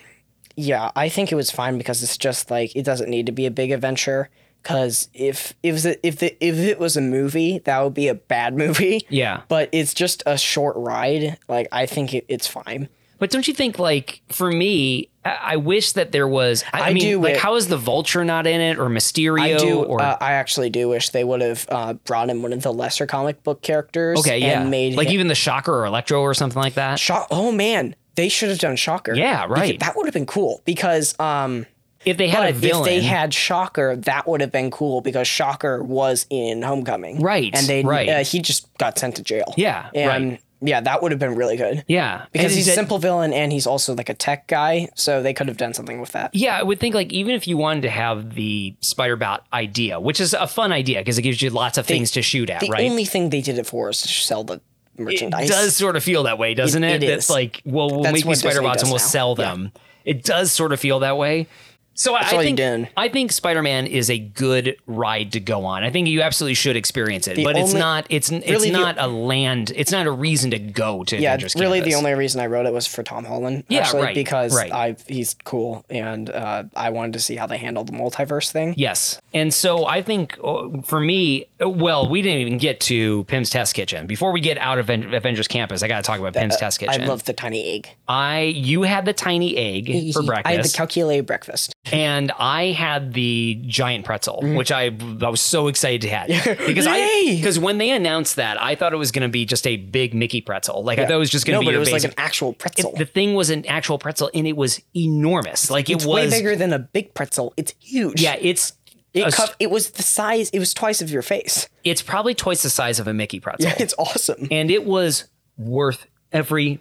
yeah, I think it was fine because it's just like it doesn't need to be a big adventure. Because if it was a, if the, if it was a movie, that would be a bad movie. Yeah. but it's just a short ride. Like I think it, it's fine. But don't you think, like, for me, I, I wish that there was. I, I I mean, do like, wi- how is the vulture not in it or Mysterio? I do. or uh, I actually do wish they would have uh, brought in one of the lesser comic book characters. okay, yeah, and made like him- even the Shocker or Electro or something like that. Shock. Oh man, they should have done Shocker. Yeah, Because right. That would have been cool because um. If they had a But villain, if they had Shocker, that would have been cool because Shocker was in Homecoming, Right, And they, right. Uh, he just got sent to jail. Yeah, and right. yeah, that would have been really good. yeah, because And he's that- a simple villain and he's also like a tech guy, so they could have done something with that. Yeah, I would think like even if you wanted to have the spider bot idea, which is a fun idea because it gives you lots of things to shoot at, The right? only thing they did it for is to sell the merchandise. it does sort of feel that way, doesn't it? It- it That's is. like, well, we'll That's make what these Disney spider bots does and we'll now. sell Yeah. them. It does sort of feel that way. So I, all I you're think doing. I think Spider Man is a good ride to go on. I think you absolutely should experience it, The but it's only- not. It's it's really the- not a land. It's not a reason to go to. Yeah, Avengers really, Campus. the only reason I wrote it was for Tom Holland, Yeah, actually, right, because right. I he's cool and uh, I wanted to see how they handled the multiverse thing. Yes. And so I think uh, for me, uh, well, we didn't even get to Pim's Test Kitchen. Before we get out of Aven- Avengers Campus, I got to talk about Pim's Test Uh, I Kitchen. love the tiny egg I you had the tiny egg for breakfast. I had the calculated breakfast. and I had the giant pretzel, which I I was so excited to have because I Mm-hmm. Yay! because when they announced that, I thought it was going to be just a big Mickey pretzel. Like I thought it was just going No, to be but it your was like basic- an actual pretzel. it, the thing was an actual pretzel, and it was enormous. Like it It's way was bigger than a big pretzel. It's huge. Yeah, it's It, a- co- it was the size. It was twice of your face. it's probably twice the size of a Mickey pretzel. It's awesome. and it was worth every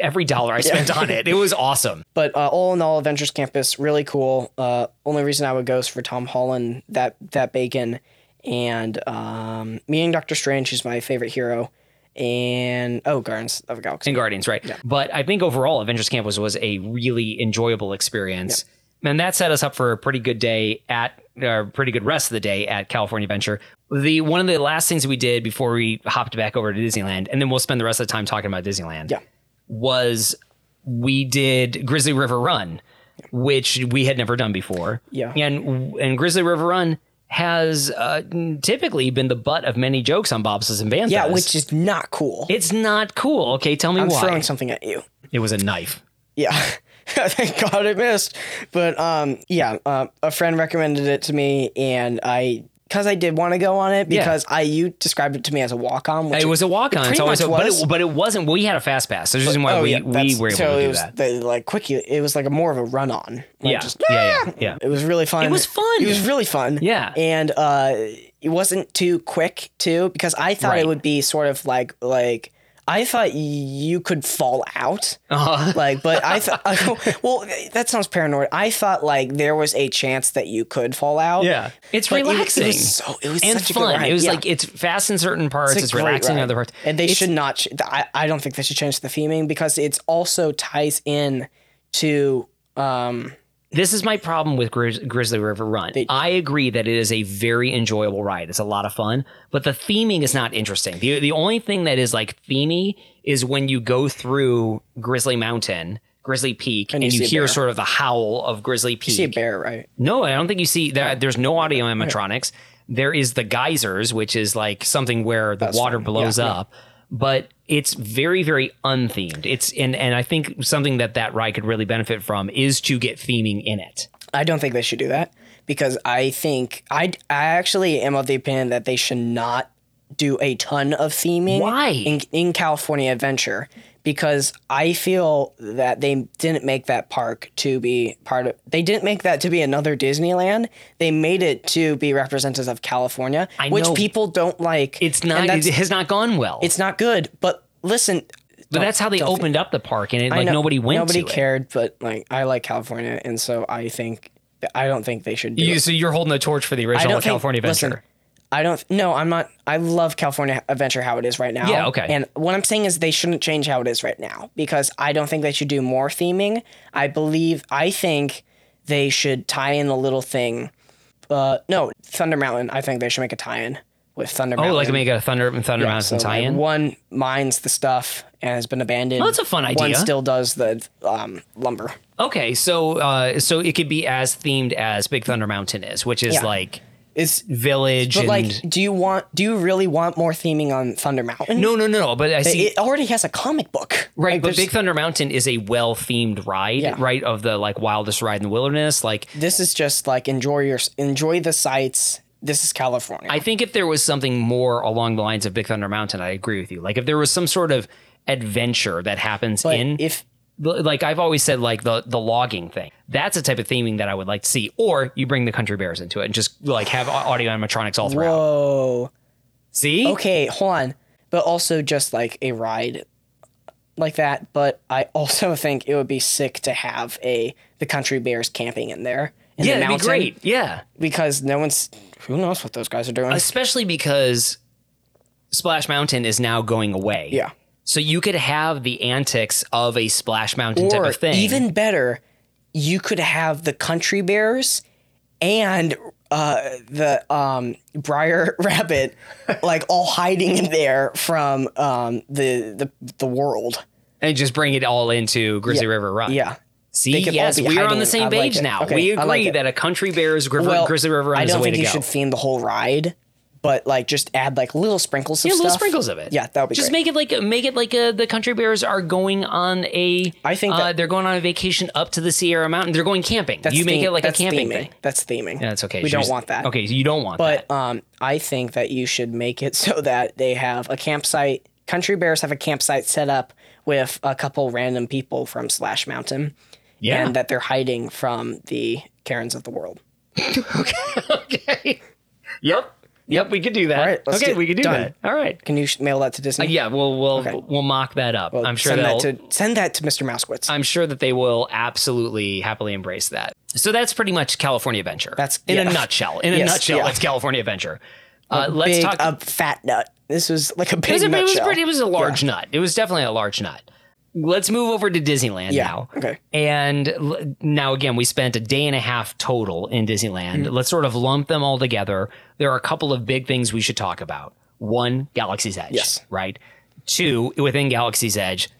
every dollar I spent on it. It was awesome. But uh, all in all, Adventures Campus really cool. Uh, only reason I would go is for Tom Holland that that bacon, and um, meeting Doctor Strange, who's my favorite hero, and oh, Guardians of the Galaxy. And Guardians, right? But I think overall, Avengers Campus was a really enjoyable experience. And that set us up for a pretty good day at, or pretty good rest of the day at California Venture. The one of the last things we did before we hopped back over to Disneyland, and then we'll spend the rest of the time talking about Disneyland. Yeah. was we did Grizzly River Run, which we had never done before. Yeah. and and Grizzly River Run has uh, typically been the butt of many jokes on Bob's and Banthas. Yeah, which is not cool. it's not cool. Okay, tell me I'm why. throwing something at you. It was a knife. Yeah. Thank God I missed. But um, yeah, uh, a friend recommended it to me, and I because I did want to go on it Yeah. because I you described it to me as a walk on. It was a walk on. pretty So, much so, but, was. it, but it wasn't. We had a fast pass. There's a reason why Oh, we, yeah, we that's- were able so to it do was that. The, like quick, it was like a more of a run on. Like yeah. just, "Ah!" yeah, yeah, yeah, it was really fun. It was fun. It was really fun. Yeah. and uh, it wasn't too quick too because I thought Right. it would be sort of like like I thought you could fall out. Like, but I thought, well, that sounds paranoid. I thought like there was a chance that you could fall out. It's But it- it was relaxing. so- it was and such a good fun. ride. It was Yeah. like it's fast in certain parts, a it's, great relaxing in ride. other parts. And they It's- should not. ch- I, I don't think they should change the theming because it's also ties in to. Um, This is my problem with Grizz- Grizzly River Run. I agree that it is a very enjoyable ride. It's a lot of fun, but the theming is not interesting. The, the only thing that is like themey is when you go through Grizzly Mountain, Grizzly Peak, and, you you, see a hear bear. sort of the howl of Grizzly Peak. you see a bear, right? No, I don't think you see that. There's no audio animatronics. There is the geysers, which is like something where the water blows up, but it's very, very unthemed. It's and and I think something that that ride could really benefit from is to get theming in it. I don't think they should do that because I think I I actually am of the opinion that they should not do a ton of theming. Why? in in California Adventure? Because I feel that they didn't make that park to be part of. They didn't make that to be another Disneyland. They made it to be representative of California, I which know. people don't like. It's and not. It that's- has not gone well. it's not good. But listen, but that's how they opened up the park, and it, I like know- nobody went. Nobody to it. cared. But like, I like California, and so I think I don't think they should. Do You, it. so you're holding the torch for the I original don't think- California listen, Adventure. I don't. No, I'm not. I love California Adventure how it is right now. Yeah, okay. And what I'm saying is they shouldn't change how it is right now because I don't think they should do more theming. I believe. I think they should tie in the little thing. Uh, no, Thunder Mountain. I think they should make a tie-in with Thunder oh, Mountain. like make a Thunder Thunder So, Mountain like, tie-in. one mines the stuff and has been abandoned. Well, that's a fun One idea. still does the um, lumber. okay, so uh, so it could be as themed as Big Thunder Mountain is, which is Yeah. like It's village but and like, do you want? Do you really want more theming on Thunder Mountain? no no no no but i see it already has a comic book. right Like, but there's- big thunder mountain is a well-themed ride Yeah. right of the like wildest ride in the wilderness like this is just like enjoy your enjoy the sights. This is California. i think if there was something more along the lines of big thunder mountain i agree with you like if there was some sort of adventure that happens but in if like I've always said, like the the logging thing. That's the type of theming that I would like to see. Or you bring the country bears into it and just like have au- audio animatronics all throughout. whoa See, okay hold on, but also just like a ride like that. But I also think it would be sick to have a the country bears camping in there in yeah, the that'd be mountain great. Yeah, because no one's who knows what those guys are doing. especially because Splash Mountain is now going away. Yeah. So you could have the antics of a Splash Mountain type or of thing. even better, you could have the country bears and uh, the um, Briar Rabbit, like all hiding in there from um, the, the the world. and just bring it all into Grizzly Yeah. River Run. Yeah. See, They could all yes, be we are hiding on the in- I same like page it. now. Okay, we I agree like it. that a Country Bears River, Grizzly River Run I is the don't way think to you go. should theme the whole ride, but like just add like little sprinkles of yeah, stuff. little sprinkles of it. Yeah, that would be just great. make it like make it like uh the Country Bears are going on a. I think uh, that- they're going on a vacation up to the Sierra Mountain. They're going camping. That's you make theme- it like a that's camping theming. thing. That's theming. Yeah, that's okay. We You're don't just- want that. Okay, so you don't want that. But um, I think that you should make it so that they have a campsite. Country Bears have a campsite set up with a couple random people from Slash Mountain. Yeah. And that they're hiding from the Karens of the world. okay. Yep. Yep, we could do that. All right, let's okay, do- we could do done. that. All right. Can you sh- mail that to Disney? Uh, Yeah, we'll we'll Okay. we'll mock that up. I'm sure send they'll. Uh, that to send that to Mr. Mousewitz. I'm sure that they will absolutely happily embrace that. So that's pretty much California Adventure. That's- in yeah. a nutshell. In a Yes, nutshell, yeah. that's California Adventure. Uh, let's big talk. a fat nut. This was like a big it was, a, it was nutshell. pretty. It was a large nut. It was definitely a large nut. Let's move over to Disneyland Yeah, now. okay. And l- now again, we spent a day and a half total in Disneyland. Mm. Let's sort of lump them all together. There are a couple of big things we should talk about. One, Galaxy's Edge. Yes. Right. Two, within Galaxy's Edge,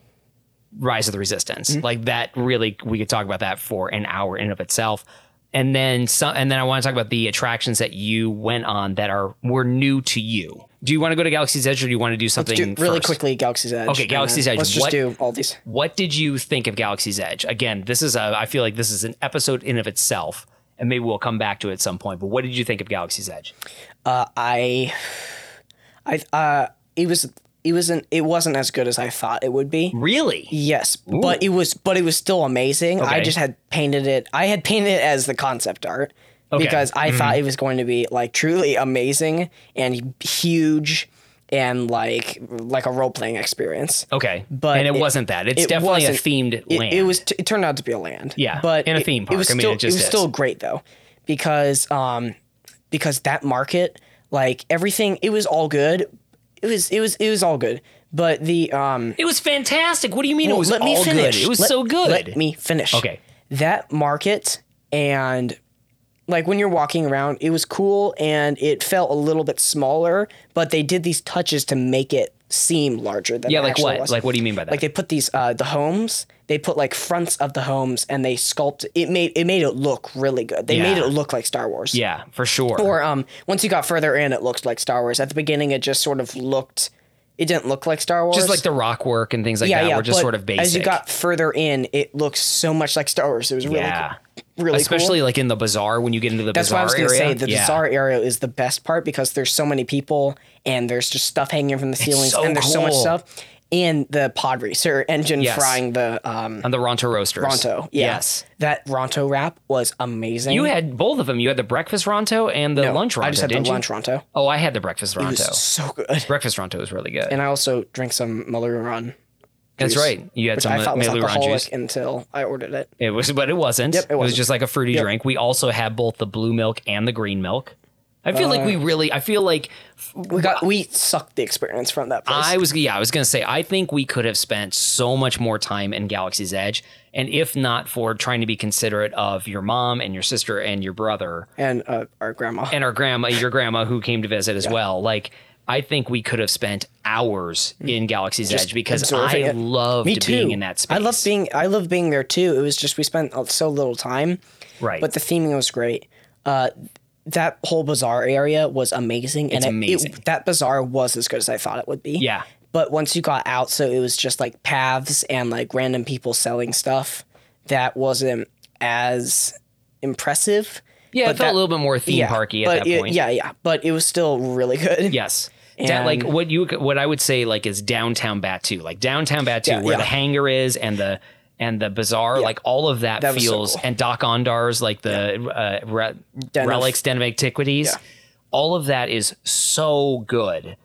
Rise of the Resistance. Mm-hmm. Like that really we could talk about that for an hour in of itself. And then some and then I want to talk about the attractions that you went on that are were new to you. Do you want to go to Galaxy's Edge or do you want to do something Do- really first? quickly, Galaxy's Edge. Okay, and Galaxy's then Edge. Let's just What- do all these. What did you think of Galaxy's Edge? Again, this is a I feel like this is an episode in of itself and maybe we'll come back to it at some point. But what did you think of Galaxy's Edge? Uh, I, I, uh, it was, it wasn't, it wasn't as good as I thought it would be. Really? Yes, but it was, but it was still amazing. I Okay. just had painted it. I had painted it as the concept art Okay. Mm-hmm. because I thought it was going to be like truly amazing and huge and like like a role playing experience. Okay, But and it, it- wasn't that. It's it definitely a wasn't- themed It, land. it was. T- it turned out to be a land. Yeah, but and a it- theme It was park. I mean, still, it just was is. still great though, because um, because that market, like everything, it was all good. It was it was it was all good. But the um, It was fantastic. What do you mean? it no, was let me all finish. good. It was Let- so good. Let me finish. Okay. That market and like when you're walking around, it was cool and it felt a little bit smaller, but they did these touches to make it seem larger than yeah, it like actually what? was. Like what do you mean by that? Like they put these uh, the homes. They put like fronts of the homes and they sculpt. It made it made it look really good. They made Yeah. it look like Star Wars. yeah, for sure. Or um, once you got further in, it looked like Star Wars. At the beginning, it just sort of looked. It didn't look like Star Wars. just like the rock work and things like that were just but sort of basic. As you got further in, it looks so much like Star Wars. It was really, Yeah. cool. really especially cool. like in the bazaar when you get into the That's why I bazaar was going to say area. the yeah. bizarre area is the best part because there's so many people and there's just stuff hanging from the ceilings so and there's so much cool. stuff. And the pod racer engine Yes. frying the um, on the Ronto roasters. Ronto. Yeah. Yes. That Ronto wrap was amazing. You had both of them. You had the breakfast Ronto and the No, lunch Ronto. I just had the didn't you? lunch Ronto. Oh, I had the breakfast It was Ronto. so good. breakfast Ronto is really good. And I also drank some Maluron, That's juice, right. You had which some I thought was Maluron alcoholic juice. until I ordered it. It was, but it wasn't. Yep, it it, was wasn't. just like a fruity drink. We also had both the blue milk and the green milk. I feel Uh. like we really. I feel like We got we sucked the experience from that place. I was yeah, I was gonna say I think we could have spent so much more time in Galaxy's Edge, and if not for trying to be considerate of your mom and your sister and your brother and uh, our grandma. and our grandma, your grandma who came to visit as well, like. I think we could have spent hours in Galaxy's Edge because I Hmm. observing it. loved being in that space. I love being I love being there too. It was just we spent so little time. right, But the theming was great. Uh, that whole bazaar area was amazing, and It's it- it- amazing. that bazaar was as good as I thought it would be. Yeah. But once you got out, so it was just like paths and like random people selling stuff. That wasn't as impressive. yeah, it but felt that- a little bit more theme parky at but that it- point. Yeah, yeah, but it was still really good. Yes. Da- like And- what you what I would say like is downtown Batu, like downtown Batu, Yeah, where yeah. the hangar is and the and the bazaar, like all of that, That was so feels cool. and Doc Ondar's like the uh, re- Den of- relics, den of antiquities, Yeah. all of that is so good.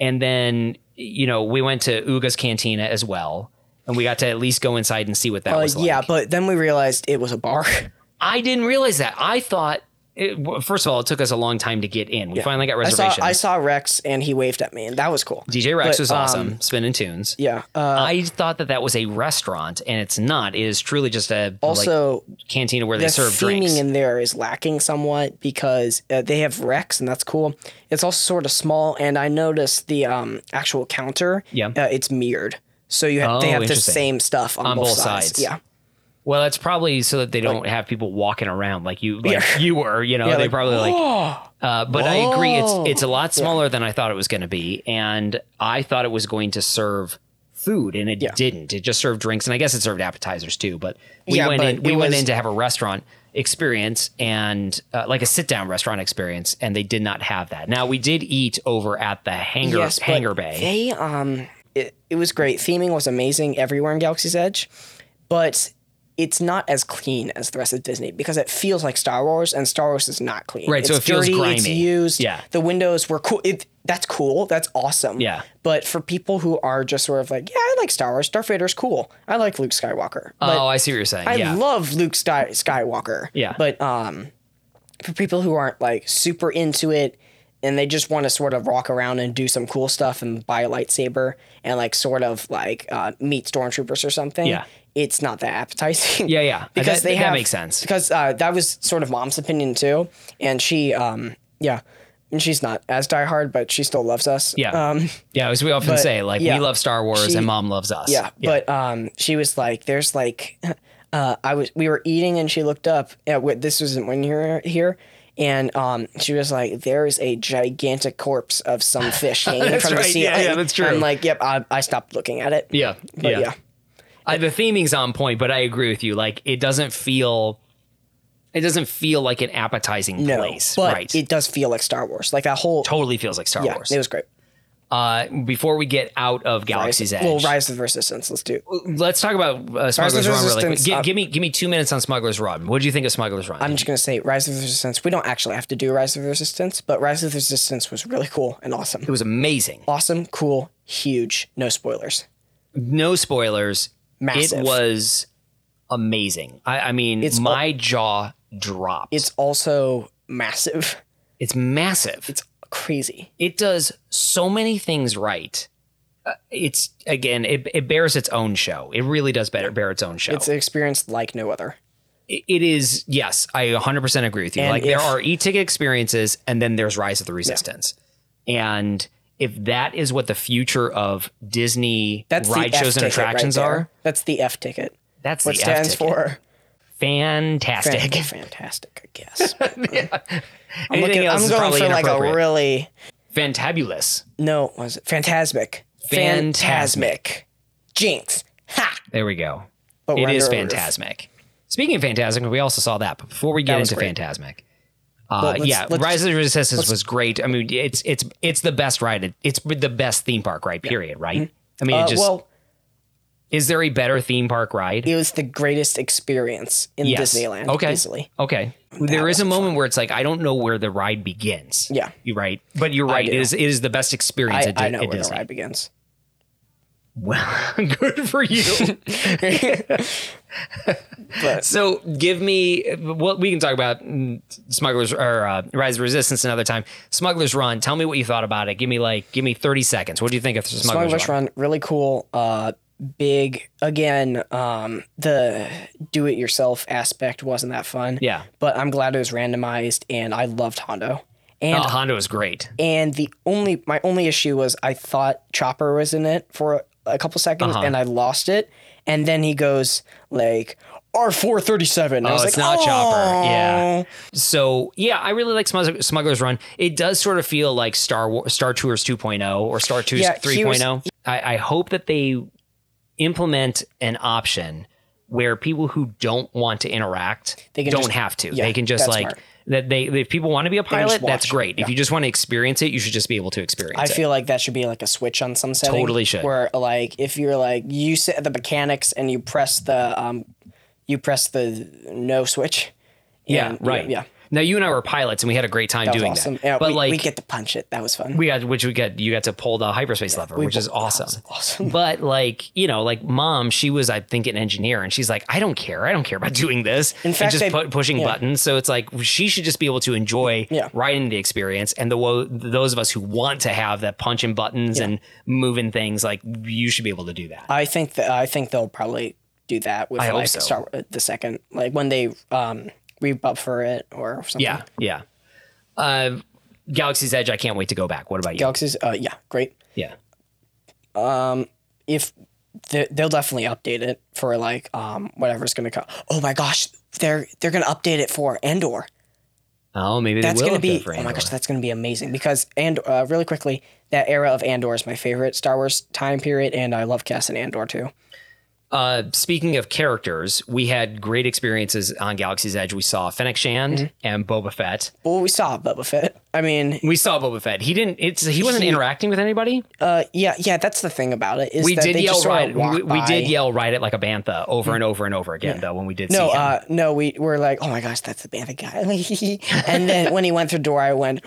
And then you know we went to Uga's Cantina as well, and we got to at least go inside and see what that Uh, was like. yeah, but then we realized it was a bar. I didn't realize that. I thought it, well, first of all, it took us a long time to get in. We finally got I saw reservations. I saw Rex and he waved at me and that was cool. DJ Rex But, was um, awesome, spinning tunes. Yeah. Uh, I thought that that was a restaurant, and it's not. It is truly just a like, also, cantina where the they serve theming drinks. in there is lacking somewhat because uh, they have Rex and that's cool. It's also sort of small, and I noticed the um, actual counter. Yeah. uh, it's mirrored, so you have, Oh, they have the interesting. same stuff on, On both, both sides. sides. Yeah, well, that's probably so that they don't have people walking around like you, like you were. You know, Yeah, they like, probably like. Uh, but I agree, it's Whoa. it's a lot smaller than I thought it was going to be, and I thought it was going to serve food, and it didn't. It just served drinks, and I guess it served appetizers too. But we Yeah, went but in, we it went was- in to have a restaurant experience and uh, like a sit down restaurant experience, and they did not have that. Now we did eat over at the hangar yes, but hangar bay. They um, it, it was great. Theming was amazing everywhere in Galaxy's Edge, but it's not as clean as the rest of Disney because it feels like Star Wars, and Star Wars is not clean. Right, it's so it feels dirty, It's grimy. used. Yeah. the windows were cool. It, that's cool. That's awesome. Yeah. But for people who are just sort of like, yeah, I like Star Wars. Darth Vader's cool. I like Luke Skywalker. But oh, I see what you're saying. I yeah. love Luke Sky- Skywalker. Yeah. But um, for people who aren't like super into it and they just want to sort of walk around and do some cool stuff and buy a lightsaber and like sort of like uh, meet stormtroopers or something. Yeah. It's not that appetizing. Yeah, yeah. because That- they that have, makes sense. Because uh, that was sort of mom's opinion too, and she, um, yeah, and she's not as diehard, but she still loves us. yeah. Um, yeah, as we often but, say, like yeah, we love Star Wars she- and mom loves us. yeah, but um, she was like, "There's like, uh, I was we were eating and she looked up. At what this wasn't when you were here." And um, she was like, "There is a gigantic corpse of some fish hanging That's from the right. ceiling." Yeah, yeah, that's true. I'm like, "Yep." I, I stopped looking at it. Yeah. but yeah. I, the theming's on point, but I agree with you. Like it doesn't feel, it doesn't feel like an appetizing no, place. but right? it does feel like Star Wars. Like that whole totally feels like Star yeah, Wars. it was great. uh, before we get out of Galaxy's Edge. Well, Rise of the Resistance. Let's do. it. Let's talk about uh, Smuggler's Run really quick. Resistance, Gi- uh, give me give me two minutes on Smuggler's Run. What do you think of Smuggler's Run? I'm just gonna say Rise of the Resistance. We don't actually have to do Rise of the Resistance, but Rise of the Resistance was really cool and awesome. it was amazing. Awesome, cool, huge. No spoilers. No spoilers. Massive. It was amazing. I, I mean, It's my jaw dropped. It's also massive. it's massive. It's crazy. it does so many things right. Uh, it's again, it, it bears its own show. It really does bear, bear its own show. It's an experience like no other. It- it is yes, I 100% agree with you. And like there if- are e-ticket experiences, and then there's Rise of the Resistance, and if that is what the future of Disney That's the ride F shows and ticket right attractions there. are, That's the F ticket. that's What the stands F-ticket. for fantastic. fantastic. Fantastic, I guess. I'm, Anything looking, else I'm is going probably for like a inappropriate. really fantabulous. no. what Was it phantasmic? Phantasmic. Phantasmic. Jinx. Ha. There we go. But It we're is under a roof. Fantasmic. Speaking of Fantasmic, we also saw that. But before we get was into great. Fantasmic, uh, But let's- yeah, let's- Rise of the Resistance was great. I mean, it's it's it's the best ride. at- It's the best theme park ride. Period. Right. I mean, Uh, it just well, is there a better theme park ride? it was the greatest experience in Disneyland. Okay. Easily. Okay. there is a moment where it's like I don't know where the ride begins. Yeah. You're right. But you're right. It do. is it is the best experience I, at, Di- I know at where Disney. the ride begins. Well, good for you. But- so give me what we can talk about mm, smugglers or uh, rise of resistance another time smugglers run tell me what you thought about it give me like give me 30 seconds what do you think of smugglers, Smuggler's run? Run, really cool. Uh, big again. Um, the do-it-yourself aspect wasn't that fun. Yeah. but I'm glad it was randomized, and I loved Hondo. And oh, honda was great and the only my only issue was I thought Chopper was in it for a couple seconds, Uh-huh. and I lost it. And then he goes like R four thirty seven. I Oh, was it's like, not Chopper. Yeah. "Oh." So yeah, I really like Smugg- Smuggler's Run. It does sort of feel like Star War- Star Tours 2.0 or Star Tours Yeah, he 3.0. was- I, I hope that they implement an option where people who don't want to interact They can don't just- have to. yeah, they can just that's like smart. that. They if people want to be a can just pilot, that's watch. great. If you just want to experience it, you should just be able to experience I it. feel like that should be like a switch on some setting. Totally should. Where like if you're like you sit at the mechanics and you press the um, you press the no switch. yeah, And, you know, right. Yeah, Now you and I were pilots, and we had a great time that was doing awesome. that. Yeah, but we, like we get to punch it. That was fun. we got which we got you got to pull the hyperspace lever, which is awesome. awesome. But like, you know, like mom, she was, I think, an engineer, and she's like, I don't care, I don't care about doing this. In fact, and just I- pu- pushing yeah. buttons. So it's like she should just be able to enjoy Yeah. riding the experience. And the wo- those of us who want to have that punching buttons and moving things, like you should be able to do that. I think that I think they'll probably do that with I hope like so. Star Wars, the second, like when they um rebuffer it or something. yeah, yeah. Uh, Galaxy's Edge, I can't wait to go back. What about you? Galaxies. Uh, yeah, great. yeah. If they- they'll definitely update it for like um whatever's gonna come. Oh my gosh, they're they're gonna update it for Andor. Oh, maybe That's they will gonna update be for oh my Andor. gosh, that's gonna be amazing because and uh, really quickly that era of Andor is my favorite Star Wars time period, and I love Cass and Andor too. Uh, speaking of characters, we had great experiences on Galaxy's Edge. We saw Fennec Shand Mm-hmm. and Boba Fett. Well, we saw Boba Fett. I mean, We saw Boba Fett. He didn't. It's he wasn't He- interacting with anybody. uh, yeah, yeah, that's the thing about it is we that did they yell just sorta right. walk We, we by. Mm. did yell right at like a bantha over and over and over again though when we did No, see him. uh, no, we were like, oh my gosh, that's the Bantha guy. and then when he went through door, I went,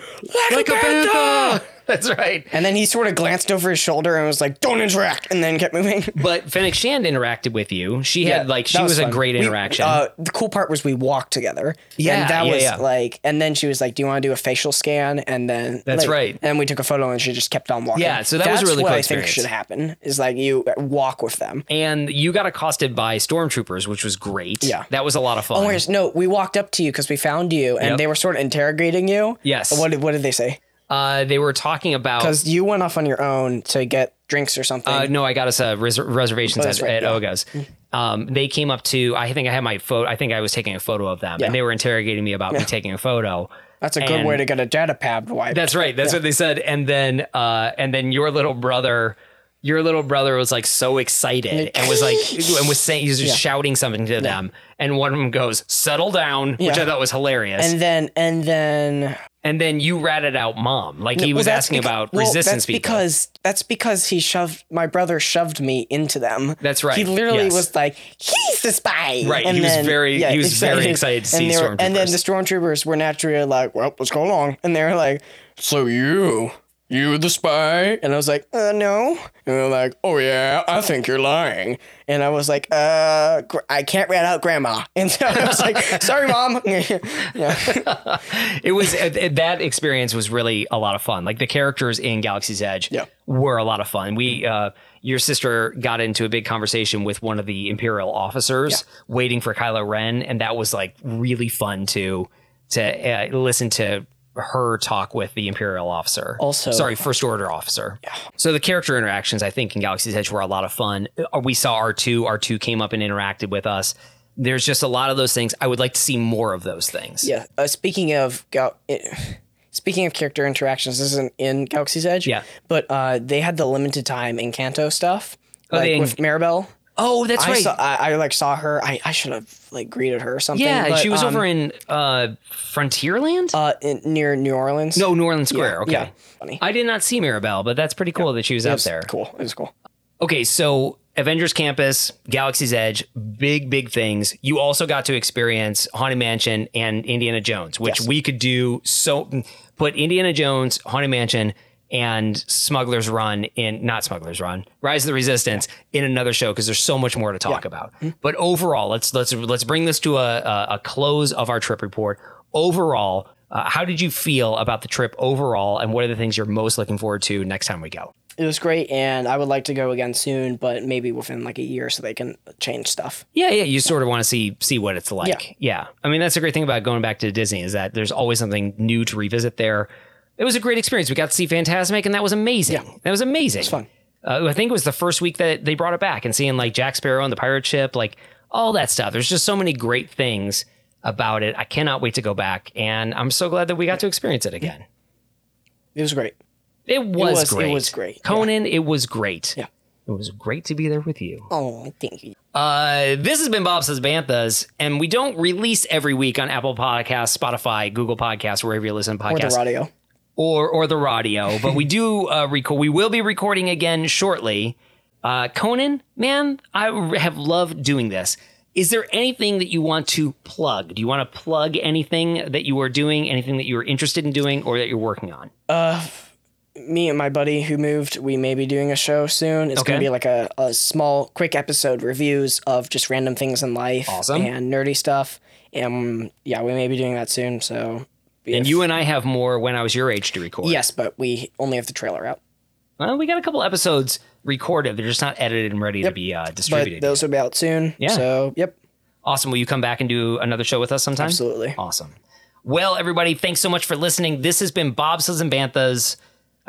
like, a Bantha! That's right. And then he sort of glanced over his shoulder and was like, don't interact, and then kept moving. But Fennec Shand interacted with you. She had Yeah, like she that was, a fun. great We- interaction. uh, the cool part was we walked together. Yeah, and that yeah, was yeah. like, and then she was like, "Do you want to do a facial scan?" And then That's like- right. And we took a photo, and she just kept on walking. Yeah, so that was That's a really what cool I think experience. should happen is like you uh, walk with them. and you got accosted by stormtroopers, which was great. Yeah. that was a lot of fun. Oh, where's- no, we walked up to you because we found you, and Yep. they were sort of interrogating you. Yes. What did What did they say? uh, they were talking about Because you went off on your own to get drinks or something. Uh, no, I got us a res- reservations Oh, at, that's right, at yeah. Mm-hmm. Oga's. Um, they came up to. I think I had my photo. I think I was taking a photo of them, Yeah. and they were interrogating me about me taking a photo. That's a good and- way to get a data pad wipe. That's right. That's what they said. And then, uh, and then your little brother, your little brother was like so excited and was like and was saying he was just shouting something to them. And one of them goes, "Settle down," which Yeah. I thought was hilarious. And, and then and then and then you ratted out mom. Like he Well, was that's asking beca- about well, resistance that's people. because that's because he shoved my brother shoved me into them. That's right, He literally yes. was like, "He's the spy." Right, he was very- he was very excited to see and they were- And then stormtroopers. the stormtroopers were naturally like, "Well, let's go along," and they were like, "So you." You the spy? And I was like, uh, no. And they're like, oh yeah, I think you're lying. And I was like, uh, gr- I can't rat out grandma. And so I was like, sorry, mom. yeah. it was uh, th- that experience was really a lot of fun. Like the characters in Galaxy's Edge Yeah. were a lot of fun. We, uh, your sister got into a big conversation with one of the Imperial officers waiting for Kylo Ren, and that was like really fun to to uh, listen to her talk with the Imperial officer. Also- sorry, First Order officer. So the character interactions I think in Galaxy's Edge were a lot of fun. Uh, We saw R two. R two came up and interacted with us. There's just a lot of those things. I would like to see more of those things. Yeah. Uh, speaking of Gal- eh, speaking of character interactions, this isn't in Galaxy's Edge. Yeah. But uh, they had the limited time in Kanto stuff, Oh, like they- with Maribel. Oh, that's I right. saw. I, I like saw her. I, I should have like greeted her or something. Yeah, but, she was um, over in uh, Frontierland. uh, in, near New Orleans. no, New Orleans Square. okay, yeah. Funny. I did not see Mirabelle, but that's pretty cool that she was It out was there. Cool. It was cool. Okay, so Avengers Campus, Galaxy's Edge, big big things. You also got to experience Haunted Mansion and Indiana Jones, which we could do. So put Indiana Jones, Haunted Mansion. And Smuggler's Run in not Smuggler's Run, Rise of the Resistance in another show because there's so much more to talk about. But overall, let's let's let's bring this to a a, a close of our trip report. Overall, uh, how did you feel about the trip overall, and what are the things you're most looking forward to next time we go? It was great, and I would like to go again soon, but maybe within like a year, so they can change stuff. Yeah, yeah. You sort of want to see see what it's like. Yeah. I mean, that's a great thing about going back to Disney is that there's always something new to revisit there. It was a great experience. We got to see Fantasmic, and that was amazing. That was amazing. It was fun. Uh, I think it was the first week that they brought it back and seeing like Jack Sparrow and the pirate ship, like all that stuff. There's just so many great things about it. I cannot wait to go back, and I'm so glad that we got to experience it again. It was great. It was, was- it great. was great. Yeah. Conan. It was great. Yeah. It was great to be there with you. Oh, thank you. Uh, this has been Bob Says Banthas, and we don't release every week on Apple Podcasts, Spotify, Google Podcasts, wherever you listen to Or podcasts, the radio. or or the radio. But we do uh, record. We will be recording again shortly. Uh, Conan, man, I r- have loved doing this. Is there anything that you want to plug? Do you want to plug anything that you are doing, anything that you are interested in doing, or that you're working on? me and my buddy who moved, we may be doing a show soon. It's gonna Okay. be like a, a small, quick episode reviews of just random things in life, Awesome. and nerdy stuff. And yeah, we may be doing that soon. So, And you and I have more when I was your age to record. yes, but we only have the trailer out. Well, we got a couple episodes recorded. They're just not edited and ready to be uh, But distributed. those will be out soon. Yeah. So, yep, Awesome. Will you come back and do another show with us sometime? absolutely. Awesome. Well, everybody, thanks so much for listening. This has been Bob Says and Banthas.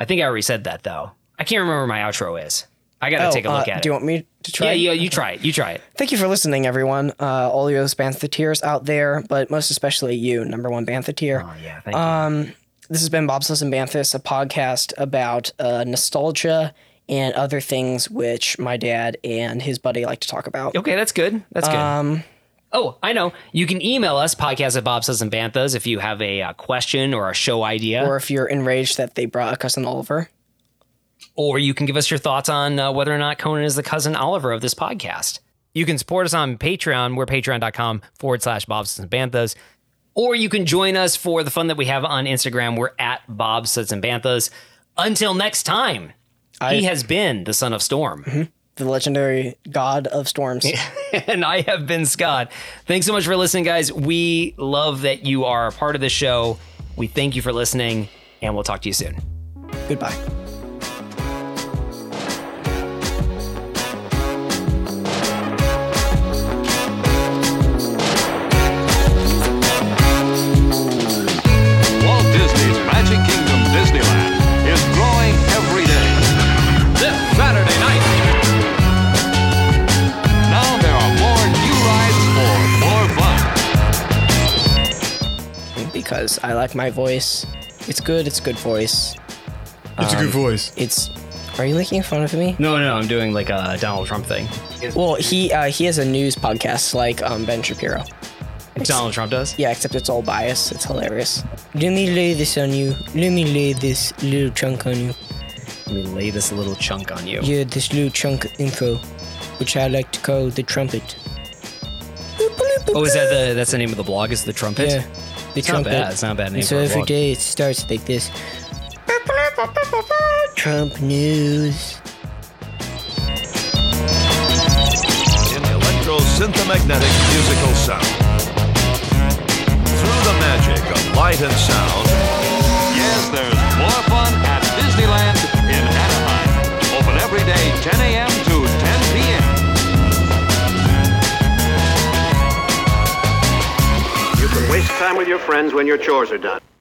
I think I already said that though. I can't remember where my outro is. I gotta take a look uh, at do you it. want me to try? Yeah, yeah, you try it. You try it. Thank you for listening, everyone. Uh, all your tears out there, but most especially you, number one Banthateer. Oh yeah, thank This has been Bob's and Banthus, a podcast about uh, nostalgia and other things which my dad and his buddy like to talk about. you. Okay, that's good. That's good. Um, Oh, I know. You can email us, podcast at Bob Says and Banthas, if you have a uh, question or a show idea. Or if you're enraged that they brought a cousin Oliver. or you can give us your thoughts on uh, whether or not Conan is the cousin Oliver of this podcast. You can support us on Patreon. We're patreon.com forward slash Bobs and Banthas. Or you can join us for the fun that we have on Instagram. We're at Bob Suds and Banthas. Until next time, he has been the son of storm. The legendary god of storms. and I have been Scott. Thanks so much for listening, guys. We love that you are a part of the show. We thank you for listening, and we'll talk to you soon. Goodbye. Walt Disney's Magic Kingdom Disneyland is growing every day. This Saturday night. Now there are more new rides for more fun. Because I like my voice. It's good, it's a good voice. It's a good voice. It's. Are you making fun of me? No, no, I'm doing like a Donald Trump thing. Well, he uh, he has a news podcast like um, Ben Shapiro. Donald Trump does. Yeah, except it's all bias. It's hilarious. Let me lay this on you. Let me lay this little chunk on you. Let me lay this little chunk on you. Yeah, this little chunk of info, which I like to call the trumpet. Oh, is that the that's the name of the blog? Is the trumpet? Yeah, the It's not trumpet. bad. It's not a bad name And so for a every blog. day it starts like this. Trump news. in electro-synthomagnetic musical sound. Through the magic of light and sound, Yes, there's more fun at Disneyland in Anaheim. Open every day, 10 a.m. to 10 p.m. You can waste time with your friends when your chores are done.